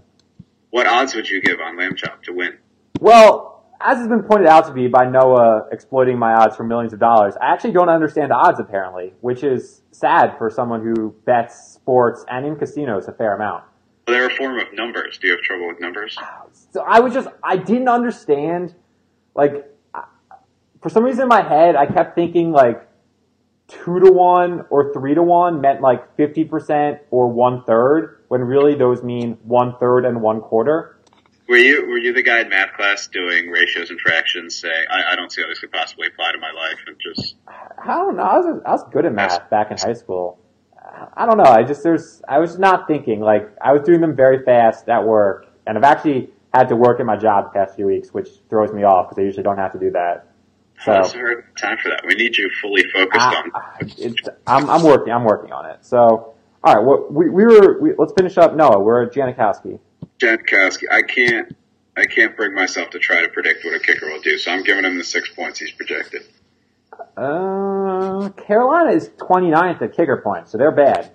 Speaker 3: What odds would you give on Lamb Chop to win?
Speaker 1: Well, as has been pointed out to me by Noah exploiting my odds for millions of dollars, I actually don't understand odds apparently, which is sad for someone who bets sports and in casinos a fair amount.
Speaker 3: They're a form of numbers. Do you have trouble with numbers?
Speaker 1: So I was just, I didn't understand, like, I- for some reason in my head, I kept thinking like two to one or three to one meant like 50% or one third, when really those mean one third and one quarter.
Speaker 3: Were you were you the guy in math class doing ratios and fractions? Say, I, I don't see how this could possibly apply to my life, and just
Speaker 1: I don't know. I was, I was good at math back in high school. I- I don't know. I just, there's, I was not thinking. Like, I was doing them very fast at work, and I've actually had to work at my job the past few weeks, which throws me off because I usually don't have to do that. So,
Speaker 3: oh, sorry, time for that. We need you fully focused
Speaker 1: I,
Speaker 3: on.
Speaker 1: I- Ah, it's, I'm, I'm working, I'm working on it. So, all right, well, we, we were, we, let's finish up Noah. We're at Janikowski.
Speaker 3: Jankowski, I can't, I can't bring myself to try to predict what a kicker will do. So I'm giving him the six points he's projected.
Speaker 1: Uh, Carolina is 29th at kicker points, so they're bad.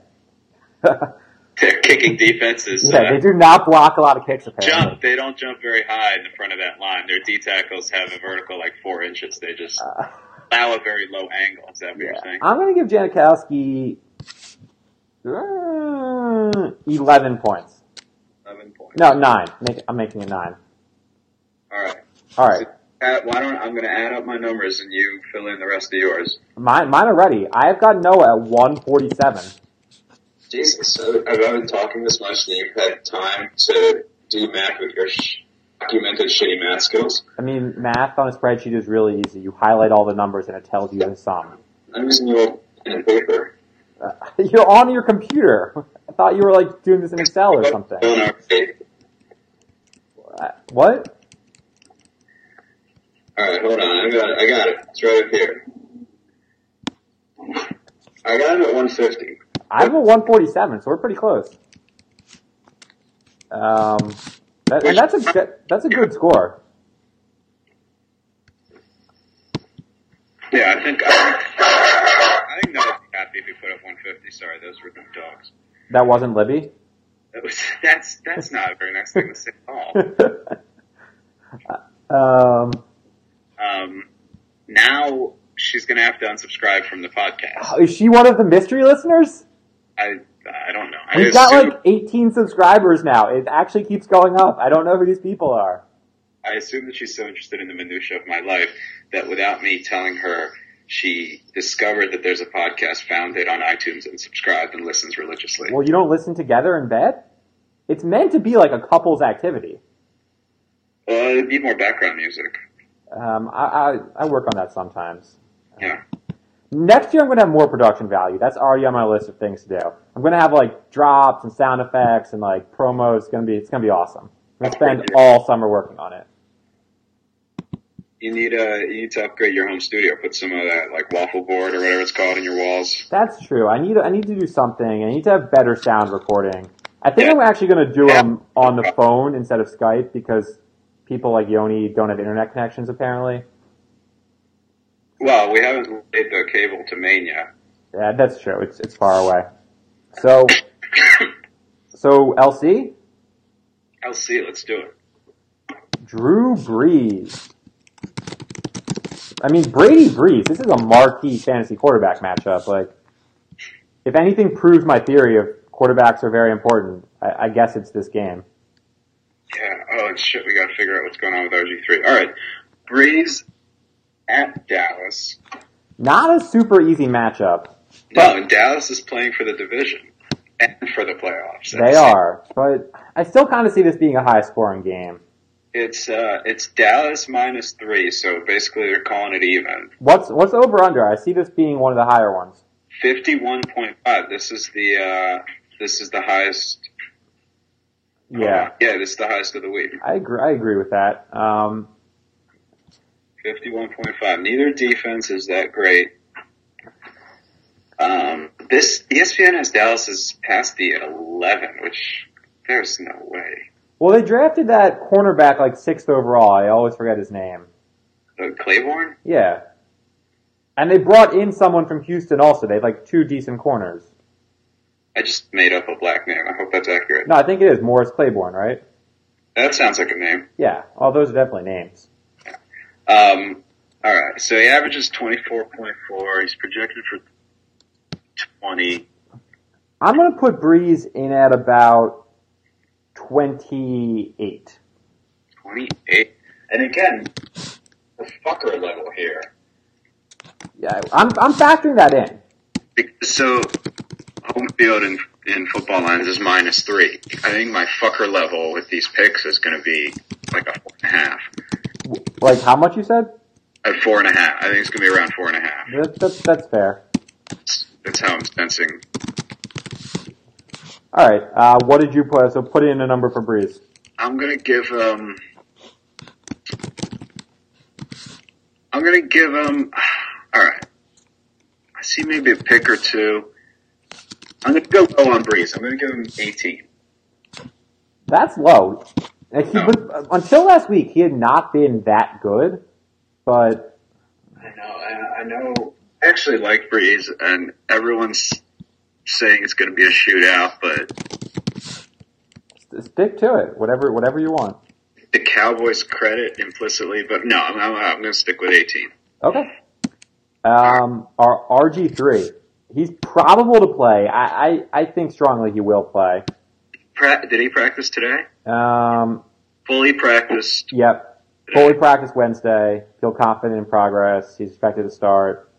Speaker 3: Their kicking defense is
Speaker 1: yeah,
Speaker 3: uh,
Speaker 1: they do not block a lot of kicks apparently.
Speaker 3: jump. They don't jump very high in the front of that line. Their D tackles have a vertical like four inches. They just
Speaker 1: Uh,
Speaker 3: allow a very low angle. Is that what you're saying?
Speaker 1: I'm going to give Janikowski uh, 11 points.
Speaker 3: Eleven points.
Speaker 1: No, 9. Make, I'm making it 9.
Speaker 3: All right.
Speaker 1: All right.
Speaker 3: Uh, why don't I'm going to add up my numbers and you fill in the rest of yours.
Speaker 1: Mine, mine are ready. I've got Noah at 147.
Speaker 3: Jesus, so I've been talking this much and you've had time to do math with your sh- documented shitty math skills.
Speaker 1: I mean, math on a spreadsheet is really easy. You highlight all the numbers and it tells you the sum.
Speaker 3: I'm using your pen and paper.
Speaker 1: You're on your computer. I thought you were like doing this in Excel or something.
Speaker 3: Fill in our tape.
Speaker 1: Uh, What?
Speaker 3: All right, hold on. I got it. I got it. It's right up here. I got him at 150.
Speaker 1: I'm at 147, so we're pretty close. Um, that, and that's a good, that's a good score.
Speaker 3: Yeah, I think I think that would be happy if you put up 150. Sorry, those were dumb dogs.
Speaker 1: That wasn't Libby.
Speaker 3: That was, that's that's not a very nice thing to say at all.
Speaker 1: Um,
Speaker 3: um, now she's going to have to unsubscribe from the podcast.
Speaker 1: is she one of the mystery listeners?
Speaker 3: I I don't know. I
Speaker 1: We've got
Speaker 3: assume,
Speaker 1: like 18 subscribers now. It actually keeps going up. I don't know who these people are.
Speaker 3: I assume that she's so interested in the minutia of my life that without me telling her, she discovered that there's a podcast founded on iTunes and subscribed and listens religiously.
Speaker 1: Well, you don't listen together in bed? It's meant to be like a couple's activity.
Speaker 3: Well, it'd be Uh, more background music.
Speaker 1: Um, I, I, I work on that sometimes.
Speaker 3: Yeah.
Speaker 1: Next year, I'm going to have more production value. That's already on my list of things to do. I'm going to have like drops and sound effects and like promos. It's going to be, it's going to be awesome. I'm going to spend all summer working on it.
Speaker 3: You need uh you need to upgrade your home studio. Put some of that like waffle board or whatever it's called in your walls.
Speaker 1: That's true. I need I need to do something. I need to have better sound recording. I think I'm actually going to do them on the phone instead of Skype because people like Yoni don't have internet connections apparently.
Speaker 3: Well, we haven't laid the cable to Maine yet.
Speaker 1: Yeah, that's true. It's it's far away. So so LC
Speaker 3: I'll see. Let's do it.
Speaker 1: Drew Brees. I mean Brady Brees. This is a marquee fantasy quarterback matchup. Like, if anything proves my theory of quarterbacks are very important, I, I guess it's this game.
Speaker 3: Yeah. Oh, and shit, we got to figure out what's going on with RG3. All right. Breeze at Dallas.
Speaker 1: Not a super easy matchup.
Speaker 3: No, and Dallas is playing for the division and for the playoffs.
Speaker 1: They are, but I still kind of see this being a high scoring game.
Speaker 3: It's uh, it's Dallas minus three, so basically they're calling it even.
Speaker 1: What's what's over under? I see this being one of the higher ones.
Speaker 3: Fifty-one point five. This is the uh, this is the highest. uh,
Speaker 1: Yeah,
Speaker 3: Yeah, this is the highest of the week.
Speaker 1: I agree. I agree with that. Um,
Speaker 3: Fifty-one point five. Neither defense is that great. Um, this ESPN has Dallas is past the eleven, which there's no way.
Speaker 1: well, they drafted that cornerback like sixth overall. I always forget his name.
Speaker 3: Uh, Claiborne.
Speaker 1: Yeah, and they brought in someone from Houston. Also, they have like two decent corners.
Speaker 3: I just made up a black name. I hope that's accurate.
Speaker 1: No, I think it is Morris Claiborne, right?
Speaker 3: That sounds like a name.
Speaker 1: Yeah. All those are definitely names.
Speaker 3: Um, all right. So he averages 24.4. He's projected for 20.
Speaker 1: I'm going to put Breeze in at about 28.
Speaker 3: 28. And again, the fucker level here.
Speaker 1: Yeah, I'm, I'm factoring that in.
Speaker 3: Because so home field in, in football lines is minus three. I think my fucker level with these picks is going to be like a four and a half.
Speaker 1: Like how much you said?
Speaker 3: A four and a half. I think it's going to be around four and a half.
Speaker 1: That, that, that's fair.
Speaker 3: That's, that's how I'm sensing.
Speaker 1: All right. Uh, what did you put? So put in a number for Breeze.
Speaker 3: I'm going to give um. I'm going to give him. All right. I see maybe a pick or two. I'm going to go low on Breeze. I'm going to give him 18.
Speaker 1: That's low. Like, he
Speaker 3: No.
Speaker 1: was- until last week, he had not been that good, but
Speaker 3: I know. I, I know. I actually like Breeze, and everyone's saying it's going to be a shootout, but
Speaker 1: st- stick to it. Whatever, whatever you want.
Speaker 3: the Cowboys credit implicitly. But no, I'm, I'm, I'm going to stick with 18.
Speaker 1: Okay. Um, our RG three. He's probable to play. I, I, I think strongly he will play.
Speaker 3: Pra- did he practice today?
Speaker 1: Um,
Speaker 3: Fully practiced.
Speaker 1: yep. Fully practice Wednesday. Feel confident in progress. He's expected to start.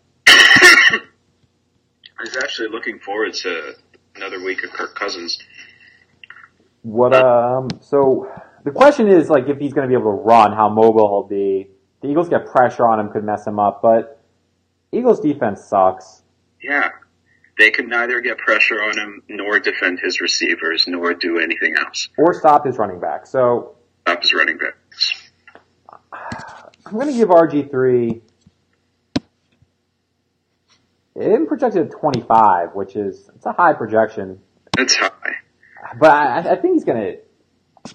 Speaker 3: I was actually looking forward to another week of Kirk Cousins.
Speaker 1: What um? So the question is like if he's going to be able to run, how mobile he'll be. The Eagles get pressure on him, could mess him up. But Eagles defense sucks.
Speaker 3: Yeah. They could neither get pressure on him, nor defend his receivers, nor do anything else.
Speaker 1: or stop his running back. So
Speaker 3: Stop his running backs.
Speaker 1: I'm going to give RG3 in projected at 25, which is it's a high projection,
Speaker 3: That's high.
Speaker 1: but I, I think he's going to.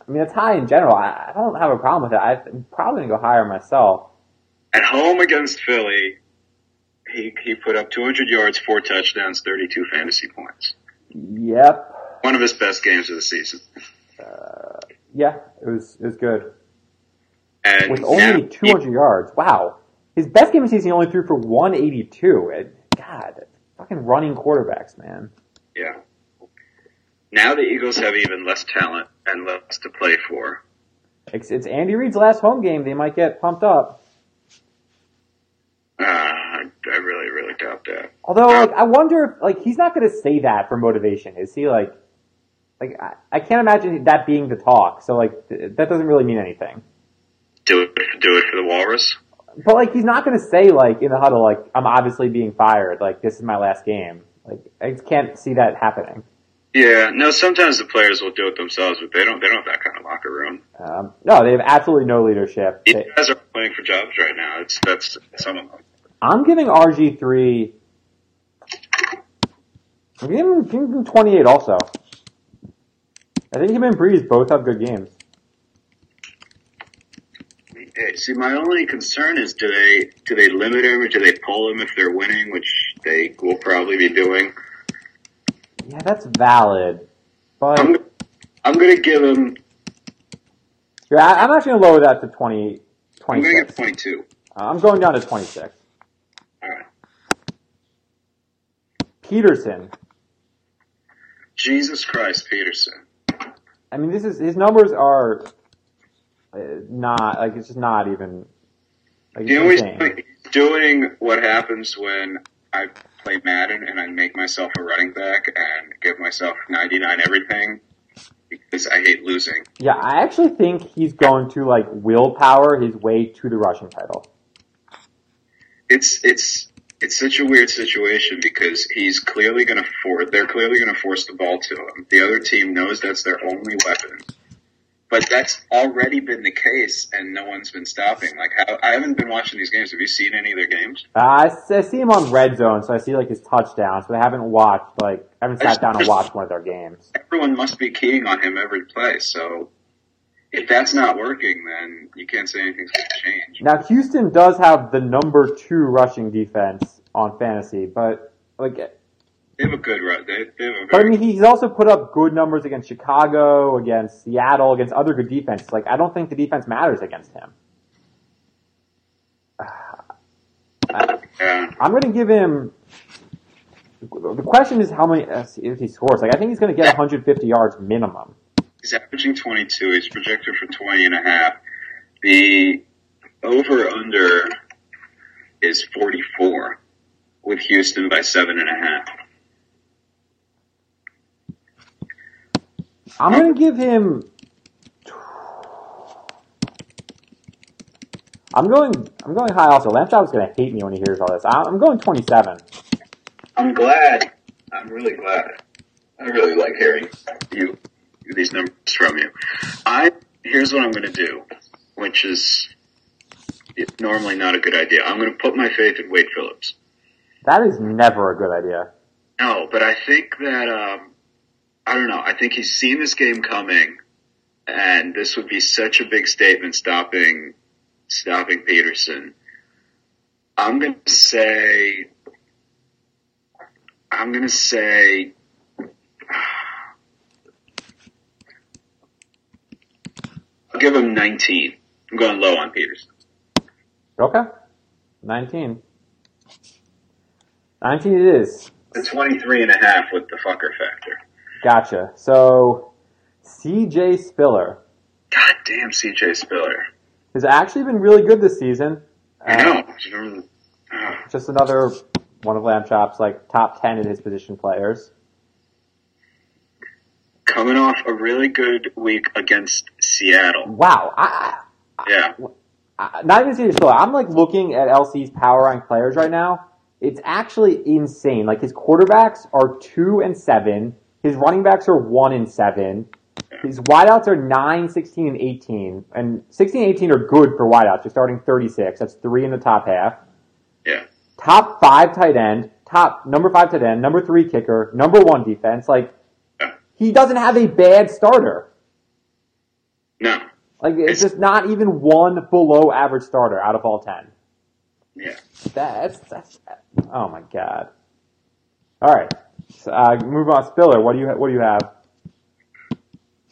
Speaker 1: I mean, it's high in general. I, I don't have a problem with it. I- I'm probably going to go higher myself.
Speaker 3: At home against Philly, he, he put up 200 yards, four touchdowns, 32 fantasy points.
Speaker 1: Yep.
Speaker 3: One of his best games of the season.
Speaker 1: Yeah, it was it was good
Speaker 3: And
Speaker 1: with
Speaker 3: now
Speaker 1: only
Speaker 3: he-
Speaker 1: 200 yards. Wow, his best game of the season he only threw for 182. And God, fucking running quarterbacks, man.
Speaker 3: yeah. Now the Eagles have even less talent and less to play for.
Speaker 1: It's, it's Andy Reid's last home game. They might get pumped up.
Speaker 3: Uh, I I really, really doubt that.
Speaker 1: Although, like, I wonder if, like, he's not going to say that for motivation, is he? Like, like I, I can't imagine that being the talk. So, like, th- that doesn't really mean anything.
Speaker 3: Do it, do it for the Walrus.
Speaker 1: But like, he's not going to say like in the huddle, like, I'm obviously being fired. Like, this is my last game. Like, I just can't see that happening.
Speaker 3: Yeah, no. Sometimes the players will do it themselves, but they don't. They don't have that kind of locker room.
Speaker 1: Um, no, they have absolutely no leadership.
Speaker 3: These
Speaker 1: They-
Speaker 3: guys are playing for jobs right now. It's that's some of them.
Speaker 1: I'm giving RG three. I'm giving, giving him 28 also. I think him and Breeze both have good games.
Speaker 3: Hey, see, my only concern is do they do they limit him or do they pull him if they're winning, which they will probably be doing.
Speaker 1: Yeah, that's valid. But
Speaker 3: I'm I'm gonna give him.
Speaker 1: Yeah, I- I'm actually going to lower that to 20,
Speaker 3: I'm gonna give
Speaker 1: 26.
Speaker 3: point two.
Speaker 1: I'm going down to 26.
Speaker 3: All right.
Speaker 1: Peterson.
Speaker 3: Jesus Christ, Peterson.
Speaker 1: I mean, this is his numbers are uh, not like it's just not even. Like,
Speaker 3: You
Speaker 1: it's
Speaker 3: know, he's
Speaker 1: insane.
Speaker 3: like doing what happens when I play Madden and I make myself a running back and give myself 99 everything because I hate losing.
Speaker 1: yeah, I actually think he's going to like willpower his way to the rushing title.
Speaker 3: It's it's it's such a weird situation because he's clearly going to for they're clearly going to force the ball to him. The other team knows that's their only weapon. But that's already been the case, and no one's been stopping. Like, how, I haven't been watching these games. Have you seen any of their games?
Speaker 1: Uh, I, s- I see him on red zone, so I see like his touchdowns, but I haven't watched like I haven't sat down and watched one of their games.
Speaker 3: everyone must be keying on him every play. So if that's not working, then you can't say anything's going to change.
Speaker 1: Now Houston does have the number two rushing defense on fantasy, but like
Speaker 3: They have a good run. They, they have a
Speaker 1: But I
Speaker 3: very
Speaker 1: mean, he's also put up good numbers against Chicago, against Seattle, against other good defenses. Like, I don't think the defense matters against him.
Speaker 3: Yeah.
Speaker 1: I'm going to give him. The question is how many uh, if he scores. Like I think he's going to get 150 yards minimum.
Speaker 3: He's averaging 22. He's projected for 20 and a half. The over under is 44 with Houston by seven and a half.
Speaker 1: I'm going to give him. I'm going. I'm going high. Also, Lampjob's going to hate me when he hears all this. I- I'm going 27.
Speaker 3: I'm glad. I'm really glad. I really like hearing you these numbers from you. I here's what I'm going to do, which is normally not a good idea. I'm going to put my faith in Wade Phillips.
Speaker 1: That is never a good idea.
Speaker 3: No, but I think that um, I don't know. I think he's seen this game coming, and this would be such a big statement stopping stopping Peterson. I'm gonna say I'm gonna say I'll give him 19. I'm going low on Peterson.
Speaker 1: Okay, 19. 19 it is.
Speaker 3: The 23 and a half with the fucker factor.
Speaker 1: Gotcha. So, C.J. Spiller
Speaker 3: God damn CJ Spiller.
Speaker 1: has actually been really good this season.
Speaker 3: I
Speaker 1: Uh,
Speaker 3: know. Ugh.
Speaker 1: just another one of Lampchop's like top 10 in his position players.
Speaker 3: coming off a really good week against Seattle.
Speaker 1: Wow. I,
Speaker 3: Yeah.
Speaker 1: I, not even C.J. Spiller. I'm like looking at LC's power rank players right now. It's actually insane. Like his quarterbacks are two and seven. His running backs are one and seven. His wideouts are 9, 16, and 18. And 16 and 18 are good for wideouts. You're starting 36. That's three in the top half.
Speaker 3: Yeah.
Speaker 1: Top five tight end. Top number five tight end. Number three kicker. Number one defense. Like,
Speaker 3: Yeah.
Speaker 1: he doesn't have a bad starter.
Speaker 3: No.
Speaker 1: Like it's
Speaker 3: It's-
Speaker 1: just not even one below average starter out of all ten.
Speaker 3: Yeah.
Speaker 1: That's, that's oh my god. All right, so, uh, move on. Spiller, what do you ha- what do you have?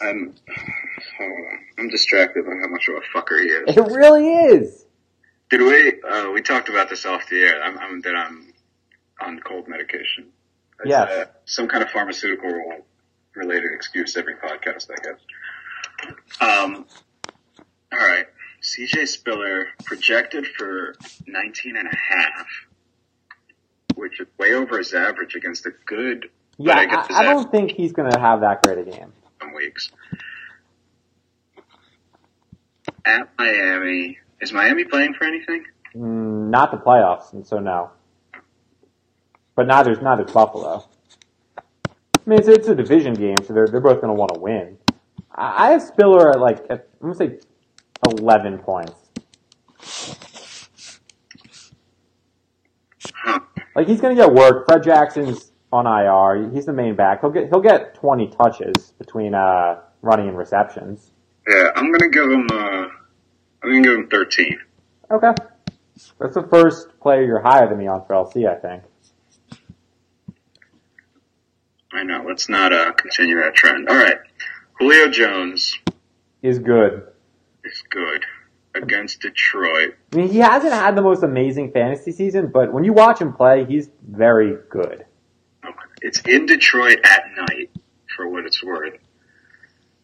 Speaker 3: I'm hold on. I'm distracted by how much of a fucker he is.
Speaker 1: It really is.
Speaker 3: Did we uh, we talked about this off the air. I'm, I'm that I'm on cold medication. It's,
Speaker 1: Yes.
Speaker 3: uh, some kind of pharmaceutical related excuse every podcast, I guess. Um all right. CJ Spiller projected for 19 and a half, which is way over his average against a good
Speaker 1: Yeah,
Speaker 3: but I guess
Speaker 1: I, I
Speaker 3: that's-
Speaker 1: don't think he's gonna have that great a game.
Speaker 3: some weeks. At Miami, is Miami playing for anything?
Speaker 1: Mm, not the playoffs, and so no. But neither's neither's Buffalo. I mean, it's, it's a division game, so they're they're both gonna want to win. I, I have Spiller at like at, I'm gonna say eleven points.
Speaker 3: Huh.
Speaker 1: Like he's gonna get work. Fred Jackson's on IR. He's the main back. He'll get he'll get twenty touches between uh, running and receptions.
Speaker 3: Yeah, I'm gonna give him. Uh, I'm gonna give him 13.
Speaker 1: Okay, that's the first player you're higher than me on for LC. I think.
Speaker 3: I know. Let's not uh, continue that trend. All right, Julio Jones
Speaker 1: Is good.
Speaker 3: is good against Detroit.
Speaker 1: I mean, he hasn't had the most amazing fantasy season, but when you watch him play, he's very good.
Speaker 3: Okay. It's in Detroit at night, for what it's worth.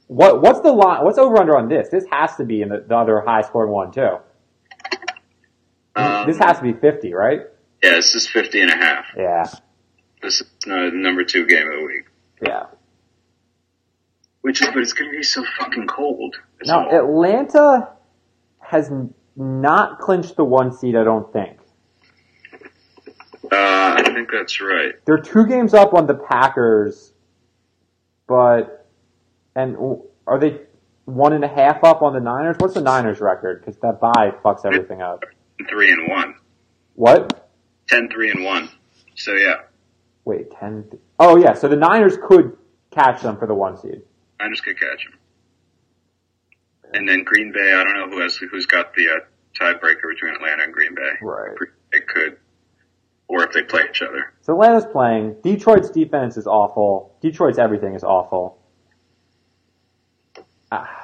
Speaker 1: What what's the line? What's over under on this? This has to be in the, the other high scoring one too.
Speaker 3: Um,
Speaker 1: this has to be fifty, right?
Speaker 3: yeah, this is 50 and a half.
Speaker 1: Yeah,
Speaker 3: This is uh, the number two game of the week.
Speaker 1: yeah.
Speaker 3: Which is, but it's gonna be so fucking cold. It's
Speaker 1: Now
Speaker 3: all-
Speaker 1: Atlanta has n- not clinched the one seed. I don't think.
Speaker 3: uh, I think that's right.
Speaker 1: They're two games up on the Packers, but and w- are they one and a half up on the Niners? What's the Niners record? Because that bye fucks everything up.
Speaker 3: Three and one.
Speaker 1: What?
Speaker 3: 10 3 and 1. So yeah,
Speaker 1: Wait, ten. Th- oh yeah, so the Niners could catch them for the one seed.
Speaker 3: I just could catch him. And then Green Bay, I don't know who has who's got the uh, tiebreaker between Atlanta and Green Bay.
Speaker 1: Right.
Speaker 3: It could or if they play each other.
Speaker 1: So Atlanta's playing. Detroit's defense is awful. Detroit's everything is awful. Ah.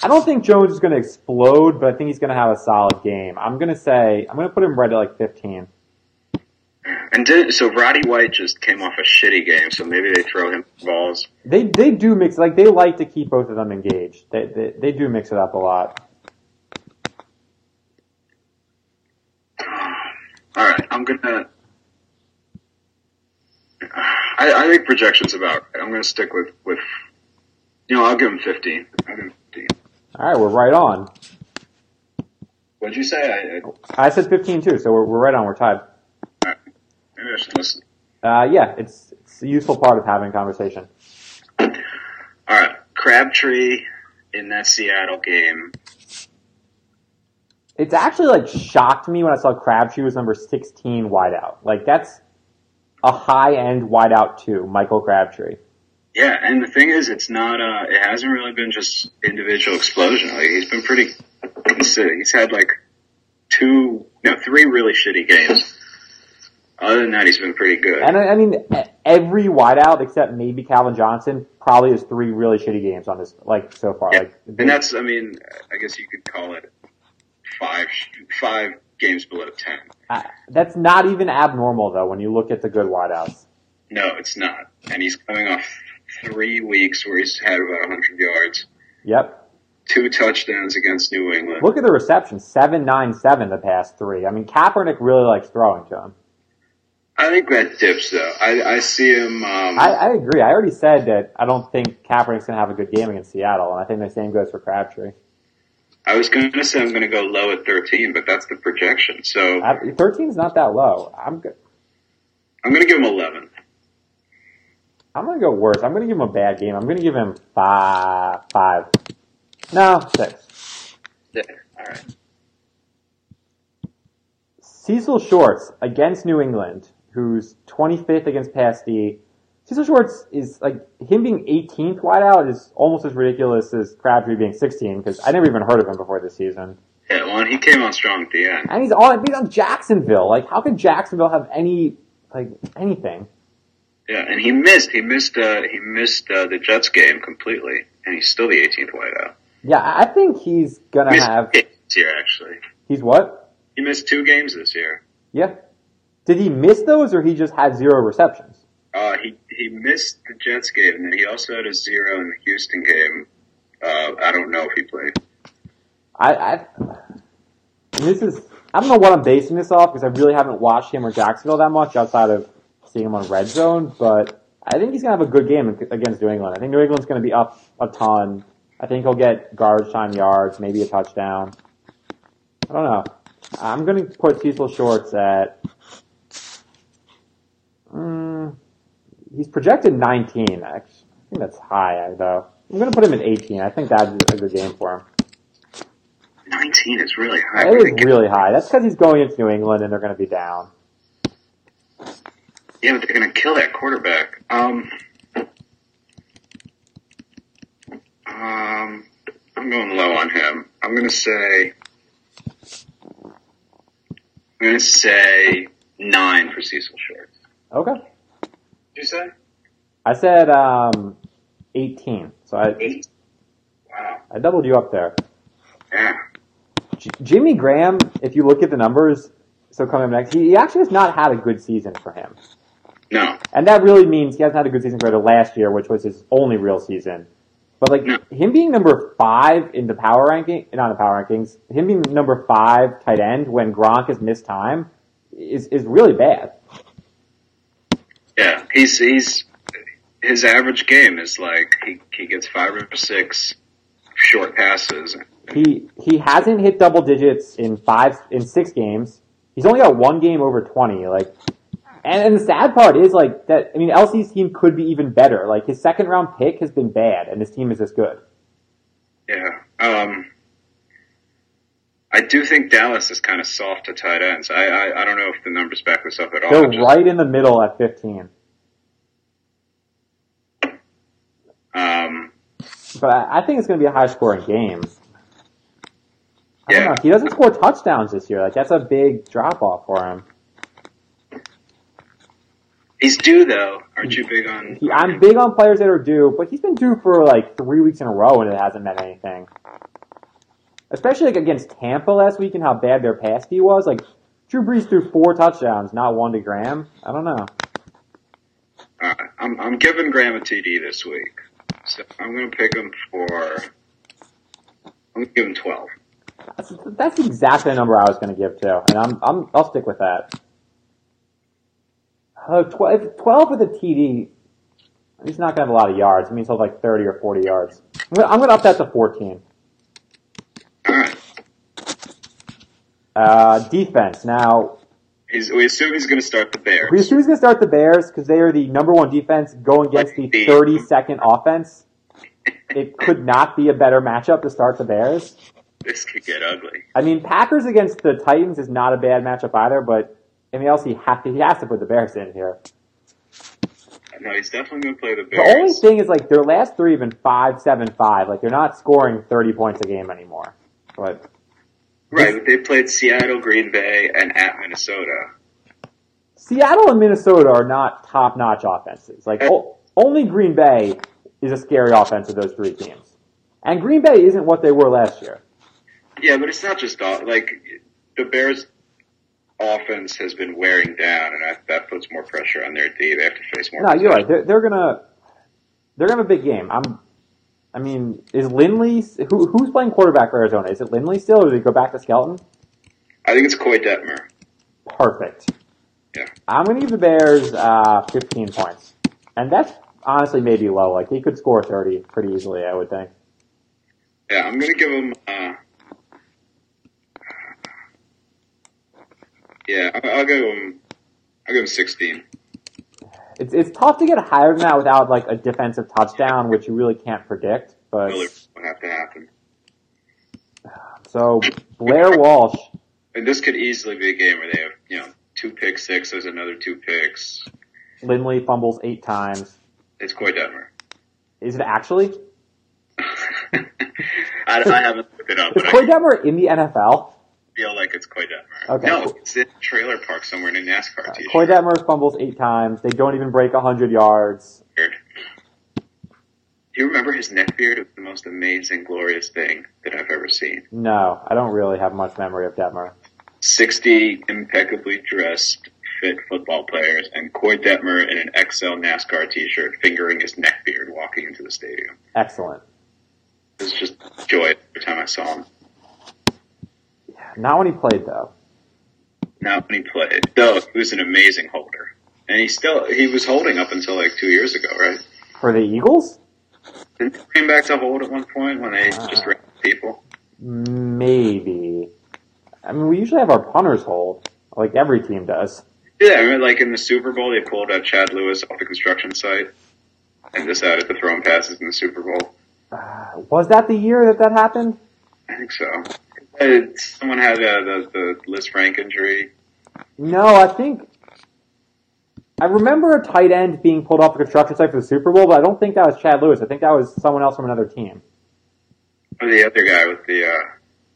Speaker 1: I don't think Jones is going to explode, but I think he's going to have a solid game. I'm going to say I'm going to put him right at like 15.
Speaker 3: And did so Roddy White just came off a shitty game, so maybe they throw him balls.
Speaker 1: They they do mix like they like to keep both of them engaged. They they, they do mix it up a lot.
Speaker 3: All right, I'm gonna. I, I think projections about. Right. I'm gonna stick with with. You know, I'll give him 15. I'll give him 15.
Speaker 1: All right, we're right on.
Speaker 3: What'd you say? I, I,
Speaker 1: I said 15 too, so we're, we're right on. We're tied.
Speaker 3: maybe I should listen.
Speaker 1: Uh, yeah, it's it's a useful part of having conversation.
Speaker 3: All right, Crabtree in that Seattle game.
Speaker 1: It's actually like shocked me when I saw Crabtree was number 16 wideout. Like that's a high end wideout too, Michael Crabtree.
Speaker 3: Yeah, and the thing is, it's not. Uh, it hasn't really been just individual explosion. Like he's been pretty consistent. He's had like two, no, three really shitty games. Other than that, he's been pretty good.
Speaker 1: And I, I mean, e- every wideout except maybe Calvin Johnson probably has three really shitty games on this, like so far.
Speaker 3: Yeah.
Speaker 1: Like they-
Speaker 3: and that's, I mean, I guess you could call it five five games below ten.
Speaker 1: uh, that's not even abnormal though when you look at the good wideouts.
Speaker 3: No, it's not. And he's coming off three weeks where he's had about 100 yards,
Speaker 1: Yep.
Speaker 3: two touchdowns against New England.
Speaker 1: Look at the reception, seven nine seven the past three. I mean, Kaepernick really likes throwing to him.
Speaker 3: I think that dips though. I, I see him. Um,
Speaker 1: I, I agree. I already said that I don't think Kaepernick's going to have a good game against Seattle, and I think the same goes for Crabtree.
Speaker 3: I was going to say I'm going to go low at 13, but that's the projection. So
Speaker 1: I- 13's not that low. I'm go-
Speaker 3: I'm going to give him 11.
Speaker 1: I'm going to go worse. I'm going to give him a bad game. I'm going to give him five, five. No, six.
Speaker 3: Yeah. All right.
Speaker 1: Cecil Shorts against New England, who's 25th against pass D. Cecil Shorts is like him being 18th wideout is almost as ridiculous as Crabtree being 16 because I never even heard of him before this season.
Speaker 3: Yeah, well, and he came on strong at the end.
Speaker 1: And he's on he's on Jacksonville. Like, how could Jacksonville have any like anything?
Speaker 3: Yeah, and he missed. He missed. Uh, he missed uh, the Jets game completely, and he's still the 18th wideout.
Speaker 1: Yeah, I I think he's gonna
Speaker 3: Missed
Speaker 1: have.
Speaker 3: two games this year actually.
Speaker 1: He's what?
Speaker 3: He missed two games this year.
Speaker 1: Yeah. Did he miss those, or he just had zero receptions?
Speaker 3: Uh, he he missed the Jets game, and then he also had a zero in the Houston game. Uh, I don't know if he played.
Speaker 1: I, I this is I don't know what I'm basing this off because I really haven't watched him or Jacksonville that much outside of seeing him on Red Zone, but I think he's gonna have a good game against New England. I think New England's gonna be up a ton. I think he'll get garbage time yards, maybe a touchdown. I don't know. I'm gonna put Cecil Shorts at. Mm, he's projected 19. Actually, I think that's high though. I'm gonna put him at 18. I think that's a good game for him.
Speaker 3: Nineteen is really high.
Speaker 1: It was really high. That's because he's going into New England and they're going to be down.
Speaker 3: yeah, but they're gonna kill that quarterback. Um, um, I'm going low on him. I'm gonna say. I'm gonna say nine for Cecil Shorts.
Speaker 1: Okay.
Speaker 3: Did you say
Speaker 1: I said um, 18, so I,
Speaker 3: eight? Wow.
Speaker 1: I doubled you up there.
Speaker 3: Yeah.
Speaker 1: J- Jimmy Graham, if you look at the numbers, so coming up next, he, he actually has not had a good season for him.
Speaker 3: No.
Speaker 1: And that really means he hasn't had a good season compared to last year, which was his only real season. But like
Speaker 3: No.
Speaker 1: him being number five in the power ranking, not in the power rankings, him being number five tight end when Gronk has missed time is is really bad.
Speaker 3: Yeah, he's he's his average game is like he he gets five or six short passes.
Speaker 1: He he hasn't hit double digits in five in six games. He's only got one game over twenty. Like, and, and the sad part is like that. I mean, LC's team could be even better. Like his second round pick has been bad, and his team is this good.
Speaker 3: Yeah. Um I do think Dallas is kind of soft to tight ends. I I, I don't know if the numbers back this up at all.
Speaker 1: They're
Speaker 3: I'm just-
Speaker 1: right in the middle at fifteen.
Speaker 3: Um
Speaker 1: But I, I think it's going to be a high scoring game. I don't
Speaker 3: Yeah.
Speaker 1: know. He doesn't score touchdowns this year. Like that's a big drop off for him.
Speaker 3: he's due though. Aren't you big on
Speaker 1: He, I'm big on players that are due, but he's been due for like three weeks in a row and it hasn't meant anything. especially like against Tampa last week and how bad their pass D was. Like Drew Brees threw four touchdowns, not one to Graham. I don't know.
Speaker 3: Uh, I'm, I'm giving Graham a TD this week. So I'm going to pick him for, I'm going to give him 12.
Speaker 1: That's, that's exactly the number I was going to give too, and I'm, I'm I'll stick with that. Uh, 12, 12 with a TD, he's not going to have a lot of yards. I mean, he's held like 30 or 40 yards. I'm going to I'm gonna up that to 14.
Speaker 3: All right.
Speaker 1: Uh, defense. Now,
Speaker 3: He's, we assume he's going to start the Bears.
Speaker 1: we assume he's going to start the Bears because they are the number one defense going against the 32nd offense. It could not be a better matchup to start the Bears.
Speaker 3: This could get ugly.
Speaker 1: I mean, Packers against the Titans is not a bad matchup either, but anything else, he has to, he has to put the Bears in here.
Speaker 3: No, he's definitely going to play the
Speaker 1: The only
Speaker 3: Bears.
Speaker 1: thing is, like, their last three have been five, seven, five. Like, they're not scoring 30 points a game anymore. But
Speaker 3: right, but they played Seattle, Green Bay, and at Minnesota.
Speaker 1: Seattle and Minnesota are not top-notch offenses. Like, o- only Green Bay is a scary offense of those three teams. And Green Bay isn't what they were last year.
Speaker 3: Yeah, but it's not just all, like the Bears' offense has been wearing down, and that, that puts more pressure on their D. They have to face more.
Speaker 1: No, you're
Speaker 3: possession.
Speaker 1: right. They're, they're gonna they're gonna have a big game. I'm. I mean, is Lindley who who's playing quarterback for Arizona? Is it Lindley still, or do they go back to Skelton?
Speaker 3: I think it's Coy Detmer.
Speaker 1: Perfect.
Speaker 3: Yeah,
Speaker 1: I'm gonna give the Bears uh, 15 points, and that's honestly maybe low. Like they could score 30 pretty easily, I would think.
Speaker 3: yeah. I'm gonna give him. Uh, yeah, I'll, I'll give him. I'll give him 16.
Speaker 1: It's it's tough to get higher than that without like a defensive touchdown, which you really can't predict. But
Speaker 3: Really, would have to happen.
Speaker 1: so Blair Walsh,
Speaker 3: And this could easily be a game where they have you know two pick sixes, another two picks.
Speaker 1: Lindley fumbles eight times.
Speaker 3: It's Coy Detmer.
Speaker 1: Is it actually?
Speaker 3: I, I haven't looked it up,
Speaker 1: Is
Speaker 3: but
Speaker 1: Corey
Speaker 3: I
Speaker 1: Demer in the NFL?
Speaker 3: feel like it's Coy Detmer.
Speaker 1: Okay. Uh,
Speaker 3: No, it's in a trailer park somewhere in a NASCAR t-shirt.
Speaker 1: Corey Detmer fumbles eight times. They don't even break 100 yards.
Speaker 3: beard. Do you remember his neck beard? It was the most amazing, glorious thing that I've ever seen.
Speaker 1: No, I don't really have much memory of Detmer.
Speaker 3: 60 impeccably dressed, fit football players, and Coy Detmer in an XL NASCAR t-shirt fingering his neck beard walking into the stadium.
Speaker 1: Excellent.
Speaker 3: It was just joy every time I saw him.
Speaker 1: Not when he played, though.
Speaker 3: Not when he played. Though, he was an amazing holder. And he still, he was holding up until like two years ago, right?
Speaker 1: For the Eagles?
Speaker 3: Didn't they bring back to hold at one point when
Speaker 1: Ah.
Speaker 3: they just ran people?
Speaker 1: Maybe. I mean, we usually have our punters hold, like every team does.
Speaker 3: Yeah, I mean, like in the Super Bowl, they pulled out Chad Lewis off the construction site and decided to throw him passes in the Super Bowl.
Speaker 1: Was that the year that that happened?
Speaker 3: I think so. Uh, Someone had uh, the the Liz Frank injury.
Speaker 1: No, I think. I remember a tight end being pulled off the construction site for the Super Bowl, but I don't think that was Chad Lewis. I think that was someone else from another team.
Speaker 3: Or the other guy with the uh,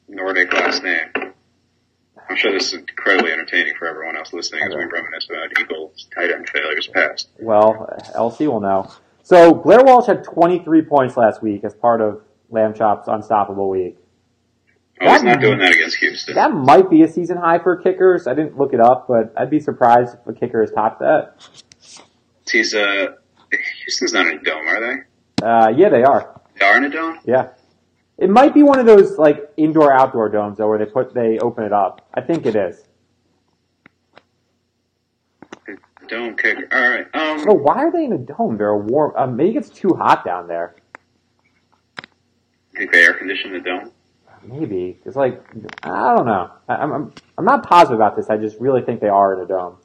Speaker 3: Nordic last name. I'm sure this is incredibly entertaining for everyone else listening as we reminisce about Eagles tight end failures past.
Speaker 1: Well, LC will know. So Blair Walsh had 23 points last week as part of Lamb Chop's unstoppable week.
Speaker 3: Oh, he's
Speaker 1: That-
Speaker 3: not doing that against Houston.
Speaker 1: That might be a season high for kickers. I didn't look it up, but I'd be surprised if a kicker has topped that.
Speaker 3: He's uh, Houston's not in a dome, are they?
Speaker 1: Uh, yeah, they are.
Speaker 3: They are in a dome.
Speaker 1: Yeah, it might be one of those like indoor outdoor domes though, where they put they open it up. I think it is.
Speaker 3: Dome kicker. All right. Um.
Speaker 1: But why are they in a dome? They're a warm. Uh, maybe it's too hot down there.
Speaker 3: I think they air conditioned the dome.
Speaker 1: Maybe it's like I don't know. I, I'm I'm I'm not positive about this. I just really think they are in a dome.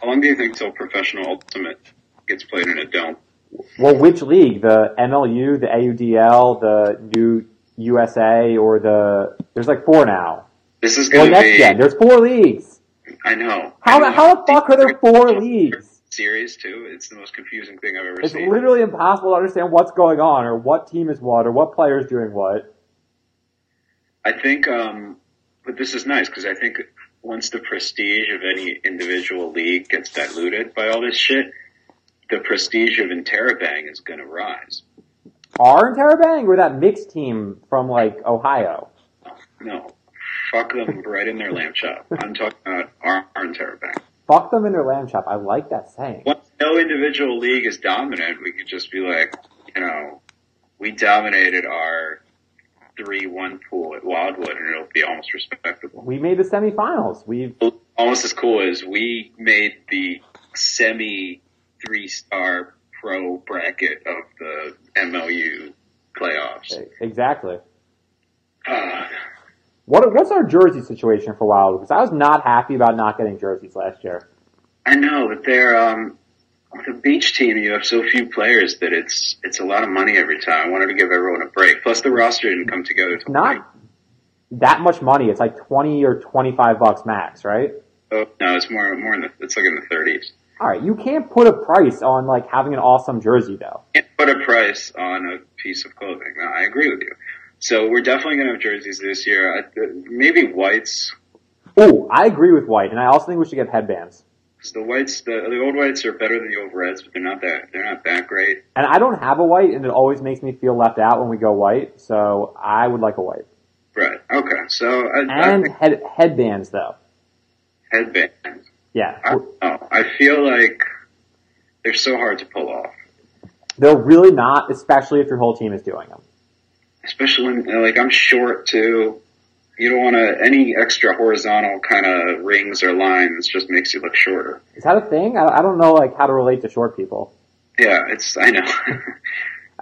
Speaker 3: How long do you think till professional ultimate gets played in a dome?
Speaker 1: Well, which league? The MLU, the AUDL, the new USA, or the there's like four now.
Speaker 3: This is
Speaker 1: Or
Speaker 3: going to
Speaker 1: next
Speaker 3: be.
Speaker 1: gen. There's four leagues.
Speaker 3: I know. I
Speaker 1: How
Speaker 3: know.
Speaker 1: how the fuck are there four leagues?
Speaker 3: Series too. It's the most confusing thing I've ever
Speaker 1: It's
Speaker 3: seen.
Speaker 1: literally impossible to understand what's going on, or what team is what, or what player is doing what.
Speaker 3: I think, um, but this is nice because I think once the prestige of any individual league gets diluted by all this shit, the prestige of Interrobang is going to rise.
Speaker 1: Are in Tarabang or that mixed team from like Ohio?
Speaker 3: No, fuck them right in their lamb chop. I'm talking about our, our entire back.
Speaker 1: Fuck them in their lamb chop. I like that saying.
Speaker 3: Once no individual league is dominant, we could just be like, you know, we dominated our three-one pool at Wildwood, and it'll be almost respectable.
Speaker 1: We made the semifinals. We've
Speaker 3: Almost as cool as we made the semi three-star pro bracket of the MLU playoffs.
Speaker 1: exactly.
Speaker 3: Uh,
Speaker 1: What what's our jersey situation for Wildwood? Because I was not happy about not getting jerseys last year.
Speaker 3: I know, but they're um with a beach team you have so few players that it's it's a lot of money every time. I wanted to give everyone a break. Plus the roster didn't come together till late.
Speaker 1: Not that much money. It's like twenty or twenty five bucks max, right?
Speaker 3: Oh, no, it's more more in the it's like in the thirties.
Speaker 1: All right, you can't put a price on like having an awesome jersey though.
Speaker 3: Can't put a price on a piece of clothing. No, I agree with you. So we're definitely gonna have jerseys this year. I, maybe whites.
Speaker 1: Oh, I agree with White, and I also think we should get headbands.
Speaker 3: 'Cause the whites, the, the old whites are better than the old reds, but they're not that they're not that great.
Speaker 1: And I don't have a white, and it always makes me feel left out when we go white. So I would like a white
Speaker 3: Right. Okay. So I, I
Speaker 1: and
Speaker 3: think
Speaker 1: head, headbands though.
Speaker 3: headbands.
Speaker 1: Yeah,
Speaker 3: I, don't know. I feel like they're so hard to pull off.
Speaker 1: they're really not, especially if your whole team is doing them.
Speaker 3: especially when like I'm short too. You don't want to any extra horizontal kind of rings or lines just makes you look shorter.
Speaker 1: Is that a thing? I, I don't know like how to relate to short people.
Speaker 3: Yeah, it's I know.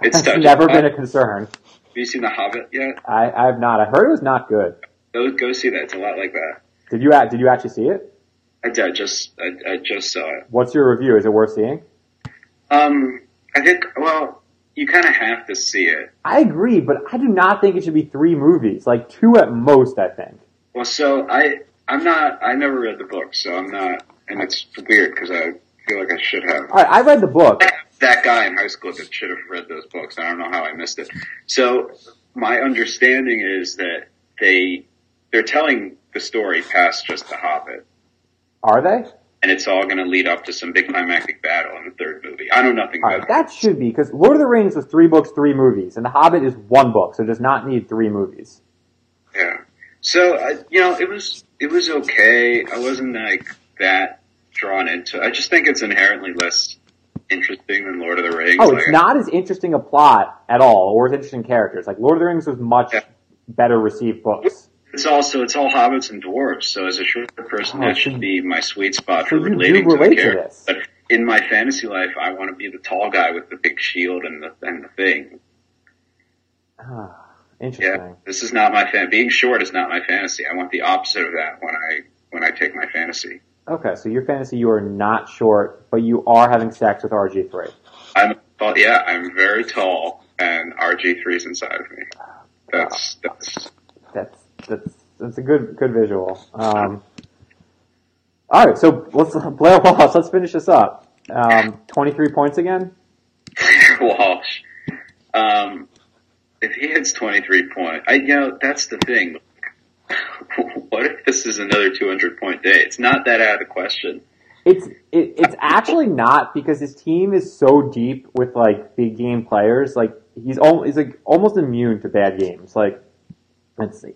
Speaker 3: it's
Speaker 1: It's
Speaker 3: tough.
Speaker 1: never
Speaker 3: Have
Speaker 1: been a concern.
Speaker 3: you seen The Hobbit yet?
Speaker 1: I, I have not. I heard it was not good.
Speaker 3: Go go see that. It's a lot like that.
Speaker 1: Did you act? Did you actually see it?
Speaker 3: I did I just I, I just saw it.
Speaker 1: What's your review? Is it worth seeing?
Speaker 3: Um, I think well, you kind of have to see it.
Speaker 1: I agree, but I do not think it should be three movies. Like two at most, I think.
Speaker 3: Well, so I I'm not I never read the book, so I'm not, and it's weird because I feel like I should have.
Speaker 1: All right, I read the book.
Speaker 3: that guy in high school that should have read those books. I don't know how I missed it. So my understanding is that they they're telling the story past just the Hobbit,
Speaker 1: Are they?
Speaker 3: and it's all going to lead up to some big climactic battle in the third movie. I know nothing
Speaker 1: All right,
Speaker 3: about it.
Speaker 1: that should be because Lord of the Rings was three books, three movies, and The Hobbit is one book, so it does not need three movies.
Speaker 3: Yeah. So I, you know, it was it was okay. I wasn't like that drawn into. it. I just think it's inherently less interesting than Lord of the Rings.
Speaker 1: Oh, it's
Speaker 3: Like,
Speaker 1: not as interesting a plot at all, or as interesting characters. Like Lord of the Rings was much
Speaker 3: Yeah.
Speaker 1: better received books.
Speaker 3: It's also it's all hobbits and dwarves. So as a short person,
Speaker 1: Oh,
Speaker 3: that
Speaker 1: so
Speaker 3: should be my sweet spot
Speaker 1: so
Speaker 3: for
Speaker 1: you do
Speaker 3: relating to
Speaker 1: relate
Speaker 3: the
Speaker 1: to
Speaker 3: character.
Speaker 1: this.
Speaker 3: But in my fantasy life, I want to be the tall guy with the big shield and the and the thing. Yeah,
Speaker 1: Interesting.
Speaker 3: this is not my fan. Being short is not my fantasy. I want the opposite of that when I when I take my fantasy.
Speaker 1: Okay, so your fantasy, you are not short, but you are having sex with RG three.
Speaker 3: I'm well, yeah, I'm very tall, and RG 3s inside of me. That's that's
Speaker 1: That's that's that's a good good visual. Um, all right, so let's Blair Wallace. Let's finish this up. Um, Twenty three points again.
Speaker 3: Walsh. Um, if he hits 23 point, I, you know, that's the thing. what if this is another 200 point day? It's not that out of the question.
Speaker 1: It's it, it's actually not because his team is so deep with like big game players. Like he's al- he's like almost immune to bad games. Like let's see,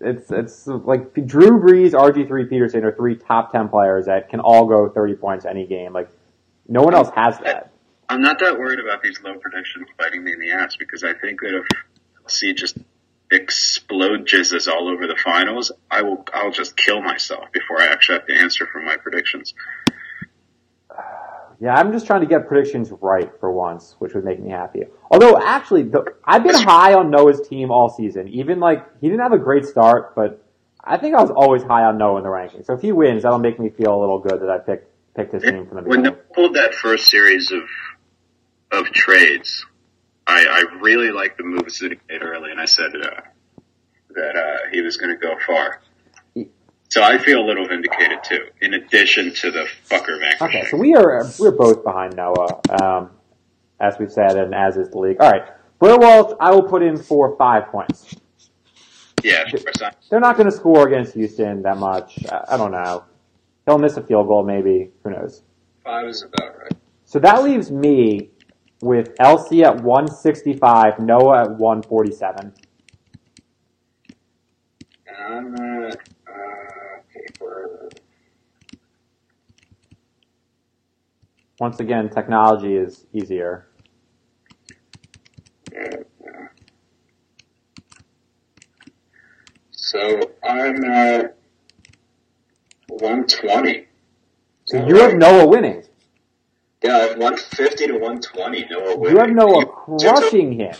Speaker 1: it's it's like Drew Brees, RG three, Peterson are three top ten players that can all go thirty points any game. Like no one else has that.
Speaker 3: I'm not that worried about these low predictions biting me in the ass because I think that if LC just explode jizzes all over the finals, I will, I'll just kill myself before I actually have to answer for my predictions.
Speaker 1: Yeah, I'm just trying to get predictions right for once, which would make me happy. Although, actually, the, I've been high on Noah's team all season. Even like he didn't have a great start, but I think I was always high on Noah in the rankings. So if he wins, that'll make me feel a little good that I picked picked his team from the
Speaker 3: when they
Speaker 1: beginning.
Speaker 3: pulled that first series of of trades, I, I really liked the moves that he made early, and I said uh, that uh, he was going to go far. So I feel a little vindicated too. In addition to the fucker vanquishing,
Speaker 1: Okay, so we are we're both behind Noah, um, as we've said, and as is the league. All right, Blair Walsh, I will put in four or five points.
Speaker 3: yeah, of course I-
Speaker 1: They're not going to score against Houston that much. I, I don't know. They'll miss a field goal, maybe. Who knows?
Speaker 3: five is about right.
Speaker 1: So that leaves me with LC at 165, Noah at 147.
Speaker 3: on that uh, paper.
Speaker 1: Once again, technology is easier.
Speaker 3: Yeah, yeah. So I'm at 120.
Speaker 1: So you have Noah winning.
Speaker 3: Yeah, I have 150 to 120. Noah
Speaker 1: You have
Speaker 3: winning.
Speaker 1: Noah
Speaker 3: you took-
Speaker 1: crushing him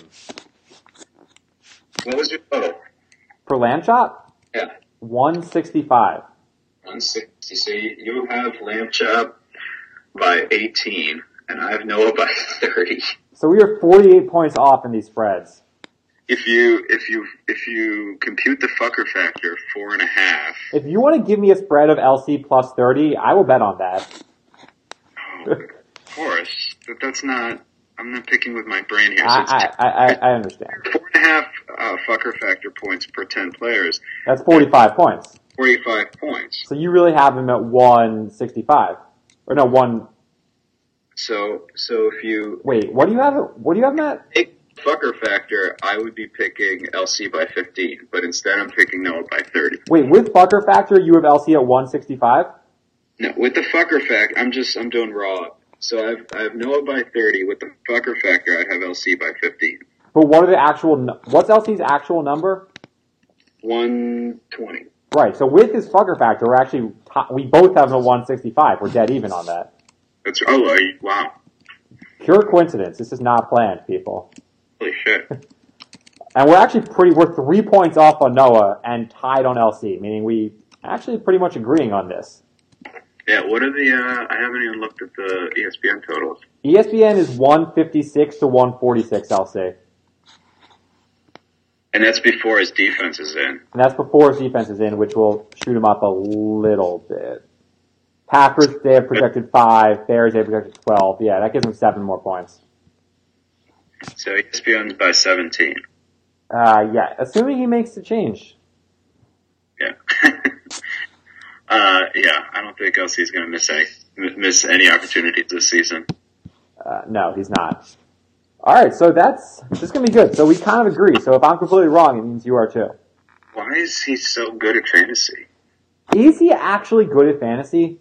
Speaker 3: What was your total?
Speaker 1: for land chop.
Speaker 3: Yeah,
Speaker 1: One sixty five.
Speaker 3: 160. So you, you have Lamb Chop by 18, and I have Noah by 30.
Speaker 1: So we are forty eight points off in these spreads.
Speaker 3: If you if you if you compute the fucker factor, four and a half.
Speaker 1: If you want to give me a spread of LC plus thirty, I will bet on that.
Speaker 3: Oh, of course, but that's not. I'm not picking with my brain here. So it's
Speaker 1: I I, I, I- I understand.
Speaker 3: four and a half uh, fucker factor points per 10 players,
Speaker 1: That's forty five points.
Speaker 3: 45 points.
Speaker 1: So you really have him at one sixty five. Or no, one
Speaker 3: So, so if you
Speaker 1: wait, what do you have what do you have Matt?
Speaker 3: pick fucker factor, I would be picking LC by 15, but instead I'm picking Noah by 30.
Speaker 1: Wait, with Bucker Factor you have LC at one sixty five?
Speaker 3: No, with the fucker fact, I'm just, I'm doing raw. So I have, I have Noah by 30. With the fucker factor, I have LC by 15.
Speaker 1: But what are the actual nu- what's LC's actual number?
Speaker 3: 120.
Speaker 1: Right. So with his fucker factor, we're actually top, we both have a 165. We're dead even on that.
Speaker 3: That's, oh, I, wow.
Speaker 1: Pure coincidence. This is not planned, people.
Speaker 3: Holy shit.
Speaker 1: And we're actually pretty. We're three points off on Noah and tied on LC, meaning we actually pretty much agreeing on this.
Speaker 3: Yeah, what are the, uh, I haven't even looked at the E ESPN totals.
Speaker 1: E ESPN is 156 to 146 LC,
Speaker 3: And that's before his defense is in.
Speaker 1: and that's before his defense is in, which will shoot him up a little bit. Packers they have projected five. Bears they have projected 12. Yeah, that gives them seven more points.
Speaker 3: So E ESPN's by 17.
Speaker 1: Uh, yeah, assuming he makes the change.
Speaker 3: Yeah. uh, yeah, I don't think LC's going to miss any m- miss any opportunities this season.
Speaker 1: Uh, no, he's not. All right, so that's this is gonna be good. So we kind of agree. So if I'm completely wrong, it means you are too.
Speaker 3: Why is he so good at fantasy?
Speaker 1: Is he actually good at fantasy?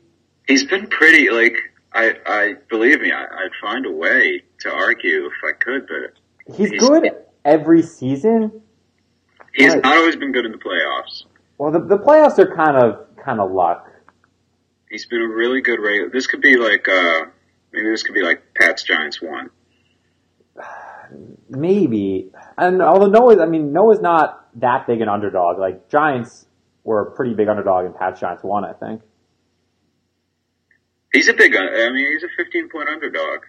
Speaker 3: He's been pretty like I I believe me, I, I'd find a way to argue if I could, but
Speaker 1: He's
Speaker 3: He's-
Speaker 1: good every season.
Speaker 3: he's
Speaker 1: Right.
Speaker 3: not always been good in the playoffs.
Speaker 1: Well, the, the playoffs are kind of kind of luck.
Speaker 3: He's been a really good regular. This could be like uh maybe this could be like Pat's Giants one.
Speaker 1: Maybe. And although Noah, I mean, Noah's not that big an underdog. Like Giants were a pretty big underdog, and Pat's Giants won, I think.
Speaker 3: He's a big. un- I mean, he's a 15 point underdog.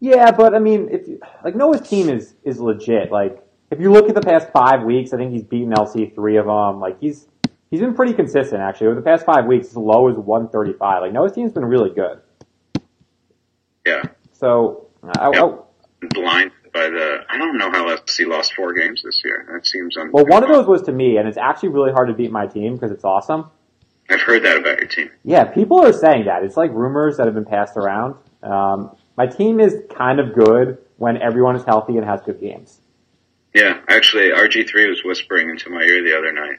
Speaker 1: Yeah, but I mean, if you, like Noah's team is is legit. Like if you look at the past five weeks, I think he's beaten LC three of them. Like he's he's been pretty consistent actually over the past five weeks. As low as one thirty five. Like Noah's team's been really good.
Speaker 3: Yeah.
Speaker 1: So I, I-
Speaker 3: Yep. blind by the. I don't know how FC lost four games this year. That seems un-
Speaker 1: well, one of those was to me, and it's actually really hard to beat my team because it's awesome.
Speaker 3: I've heard that about your team.
Speaker 1: Yeah, people are saying that. It's like rumors that have been passed around. Um, my team is kind of good when everyone is healthy and has good games.
Speaker 3: Yeah, actually, RG three was whispering into my ear the other night,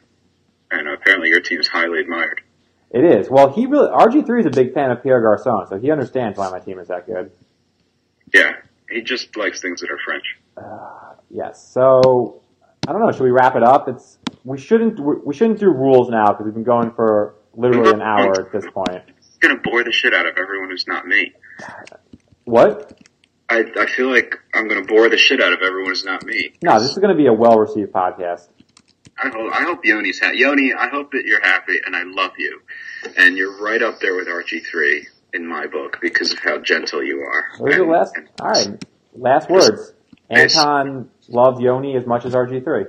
Speaker 3: and apparently your team's highly admired.
Speaker 1: It is. Well, he really RG three is a big fan of Pierre Garcon, so he understands why my team is that good.
Speaker 3: Yeah, he just likes things that are French.
Speaker 1: Yes. So I don't know. Should we wrap it up? It's we shouldn't we we shouldn't do rules now because we've been going for literally an hour at this point.
Speaker 3: It's gonna bore the shit out of everyone who's not me.
Speaker 1: What?
Speaker 3: I I feel like I'm gonna bore the shit out of everyone who's not me.
Speaker 1: No, this is going to be a well received podcast.
Speaker 3: I hope I hope Yoni's happy. Yoni, I hope that you're happy, and I love you, and you're right up there with RG three in my book because of how gentle you are.
Speaker 1: Those are
Speaker 3: And-
Speaker 1: last. All right. Last words. Anton loved Yoni as much as RG three.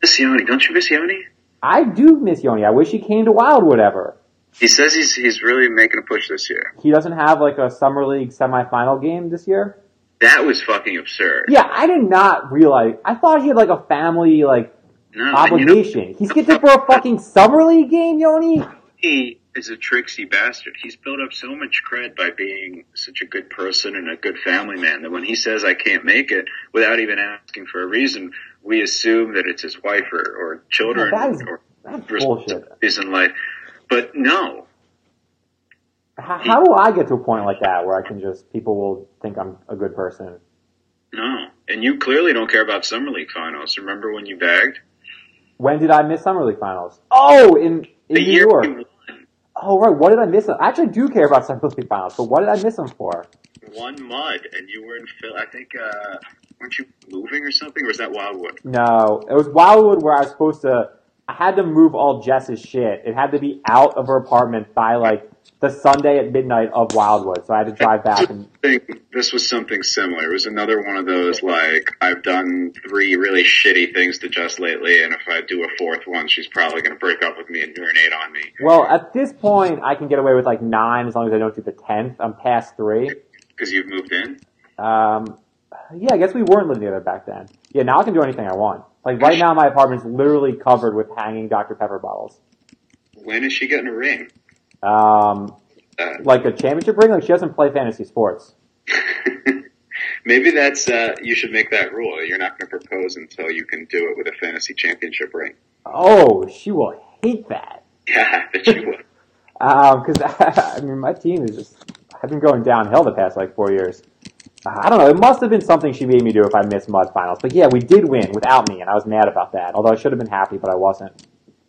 Speaker 3: Miss Yoni, don't you miss Yoni?
Speaker 1: I do miss Yoni. I wish he came to Wildwood ever.
Speaker 3: He says he's he's really making a push this year.
Speaker 1: He doesn't have like a summer league semifinal game this year.
Speaker 3: That was fucking absurd.
Speaker 1: Yeah, I did not realize. I thought he had like a family like
Speaker 3: No, and you know,
Speaker 1: obligation. He's getting for a fucking summer league game, Yoni.
Speaker 3: he is a tricksy bastard. He's built up so much cred by being such a good person and a good family man that when he says I can't make it without even asking for a reason, we assume that it's his wife or, or children
Speaker 1: Yeah, that is
Speaker 3: or
Speaker 1: That's bullshit.
Speaker 3: responsibilities in life. But no,
Speaker 1: How, how do I get to a point like that where I can just people will think I'm a good person?
Speaker 3: no. And you clearly don't care about summer league finals. Remember when you bagged
Speaker 1: When did I miss summer league finals? Oh, in in
Speaker 3: the
Speaker 1: New
Speaker 3: year
Speaker 1: York.
Speaker 3: you won,
Speaker 1: Oh right, what did I miss? I actually do care about summer league finals, but what did I miss them for?
Speaker 3: won mud, and you were in Phil. I think uh, weren't you moving or something, or was that Wildwood?
Speaker 1: No, it was Wildwood where I was supposed to. I had to move all Jess's shit. It had to be out of her apartment by like the Sunday at midnight of Wildwood, so I had to drive back and
Speaker 3: I think this was something similar. It was another one of those like I've done three really shitty things to Jess lately, and if I do a fourth one, she's probably going to break up with me and urinate on me.
Speaker 1: Well, at this point, I can get away with like nine as long as I don't do the tenth. I'm past three.
Speaker 3: because you've moved in.
Speaker 1: Um, yeah, I guess we weren't living together back then. Yeah, now I can do anything I want. Like right now, my apartment's literally covered with hanging Dr Pepper bottles.
Speaker 3: When is she getting a ring?
Speaker 1: Um,
Speaker 3: Uh,
Speaker 1: like a championship ring. Like she doesn't play fantasy sports.
Speaker 3: maybe that's uh, you should make that rule. You're not going to propose until you can do it with a fantasy championship ring.
Speaker 1: Oh, she will hate that.
Speaker 3: Yeah, that you would.
Speaker 1: because Um, I mean, my team is just I've been going downhill the past like four years. Uh, I don't know. It must have been something she made me do if I missed Mud Finals. But yeah, we did win without me, and I was mad about that. Although I should have been happy, but I wasn't.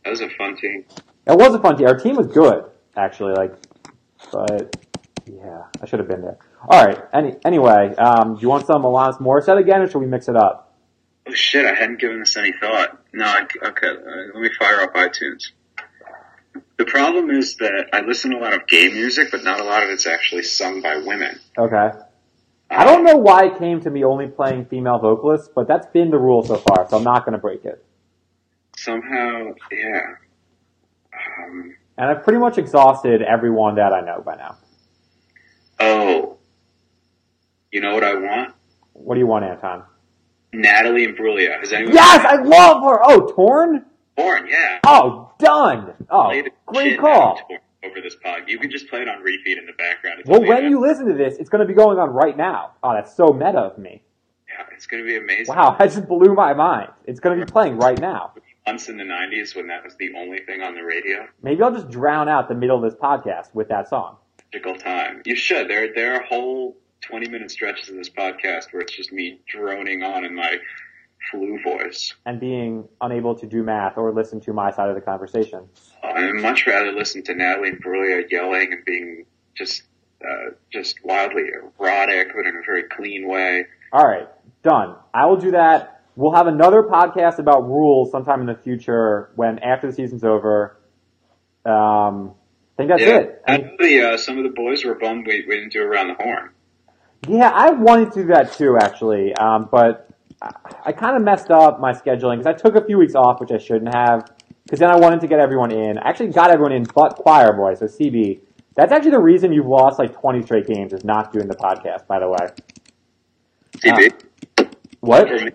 Speaker 3: That was a fun team.
Speaker 1: It was a fun team. Our team was good, actually. Like, but yeah, I should have been there. All right. Any anyway, um, do you want some Alanis Morissette again, or should we mix it up?
Speaker 3: Oh shit! I hadn't given this any thought. No, I, okay. Uh, let me fire up iTunes. The problem is that I listen to a lot of gay music, but not a lot of it's actually sung by women.
Speaker 1: Okay. I don't know why it came to me only playing female vocalists, but that's been the rule so far, so I'm not going to break it.
Speaker 3: Somehow, yeah. Um,
Speaker 1: And I've pretty much exhausted everyone that I know by now.
Speaker 3: oh, you know what I want?
Speaker 1: What do you want, Anton?
Speaker 3: Natalie Imbruglia. Has anyone?
Speaker 1: Yes, I love her. Oh, torn.
Speaker 3: Born, yeah.
Speaker 1: Oh, done. Oh,
Speaker 3: Play the
Speaker 1: great
Speaker 3: shit out
Speaker 1: call.
Speaker 3: of Torn over this pod. You can just play it on repeat in the background. It's
Speaker 1: Well,
Speaker 3: amazing.
Speaker 1: when you listen to this, it's going to be going on right now. Oh, that's so meta of me.
Speaker 3: yeah, it's going to be amazing.
Speaker 1: Wow, that just blew my mind. It's going to be playing right now.
Speaker 3: Once in the '90s, when that was the only thing on the radio,
Speaker 1: Maybe I'll just drown out the middle of this podcast with that song.
Speaker 3: magical time. You should. There, there are whole 20-minute stretches of this podcast where it's just me droning on in my flu voice.
Speaker 1: And being unable to do math or listen to my side of the conversation.
Speaker 3: I'd much rather listen to Natalie Imbruglia yelling and being just, uh, just wildly erotic, but in a very clean way.
Speaker 1: All right, done. I will do that. We'll have another podcast about rules sometime in the future when after the season's over. Um, I think that's it. I
Speaker 3: I
Speaker 1: mean,
Speaker 3: know the, uh, some of the boys were bummed we, we didn't do around the horn.
Speaker 1: yeah, I wanted to do that too, actually, um, but I, I kind of messed up my scheduling because I took a few weeks off, which I shouldn't have, because then I wanted to get everyone in. I actually got everyone in but Choir Boy, so CB. That's actually the reason you've lost like 20 straight games is not doing the podcast, by the way.
Speaker 3: CB,
Speaker 1: What?
Speaker 3: for me.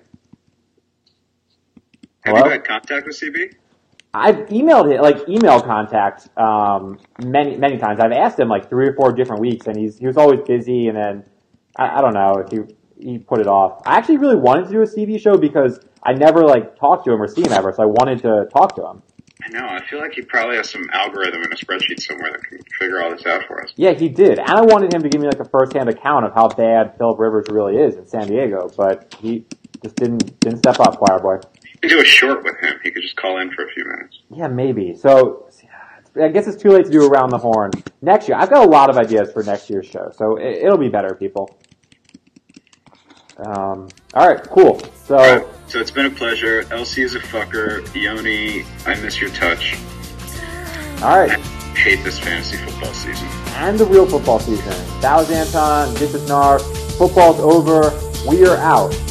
Speaker 3: Have
Speaker 1: Hello?
Speaker 3: you had contact with CB?
Speaker 1: I've emailed him, like email contact, um, many many times. I've asked him like three or four different weeks, and he's he was always busy. And then I, I don't know if he he put it off. I actually really wanted to do a CV show because I never like talked to him or see him ever, so I wanted to talk to him.
Speaker 3: I know. I feel like he probably has some algorithm in a spreadsheet somewhere that can figure all this out for us.
Speaker 1: Yeah, he did, and I wanted him to give me like a first hand account of how bad Philip Rivers really is in San Diego, but he just didn't didn't step up, choir boy.
Speaker 3: You can do a short with him. He could just call in for a few minutes.
Speaker 1: Yeah, maybe. So I guess it's too late to do around the horn next year. I've got a lot of ideas for next year's show, so it, it'll be better, people. Um, all right, cool.
Speaker 3: Alright,
Speaker 1: So
Speaker 3: so it's been a pleasure. Elsie is a fucker. Yoni, I miss your touch.
Speaker 1: all
Speaker 3: I
Speaker 1: right,
Speaker 3: hate this fantasy football season.
Speaker 1: and the real football season. That was Anton. This is Nar. Football's over. We are out.
Speaker 2: Oh,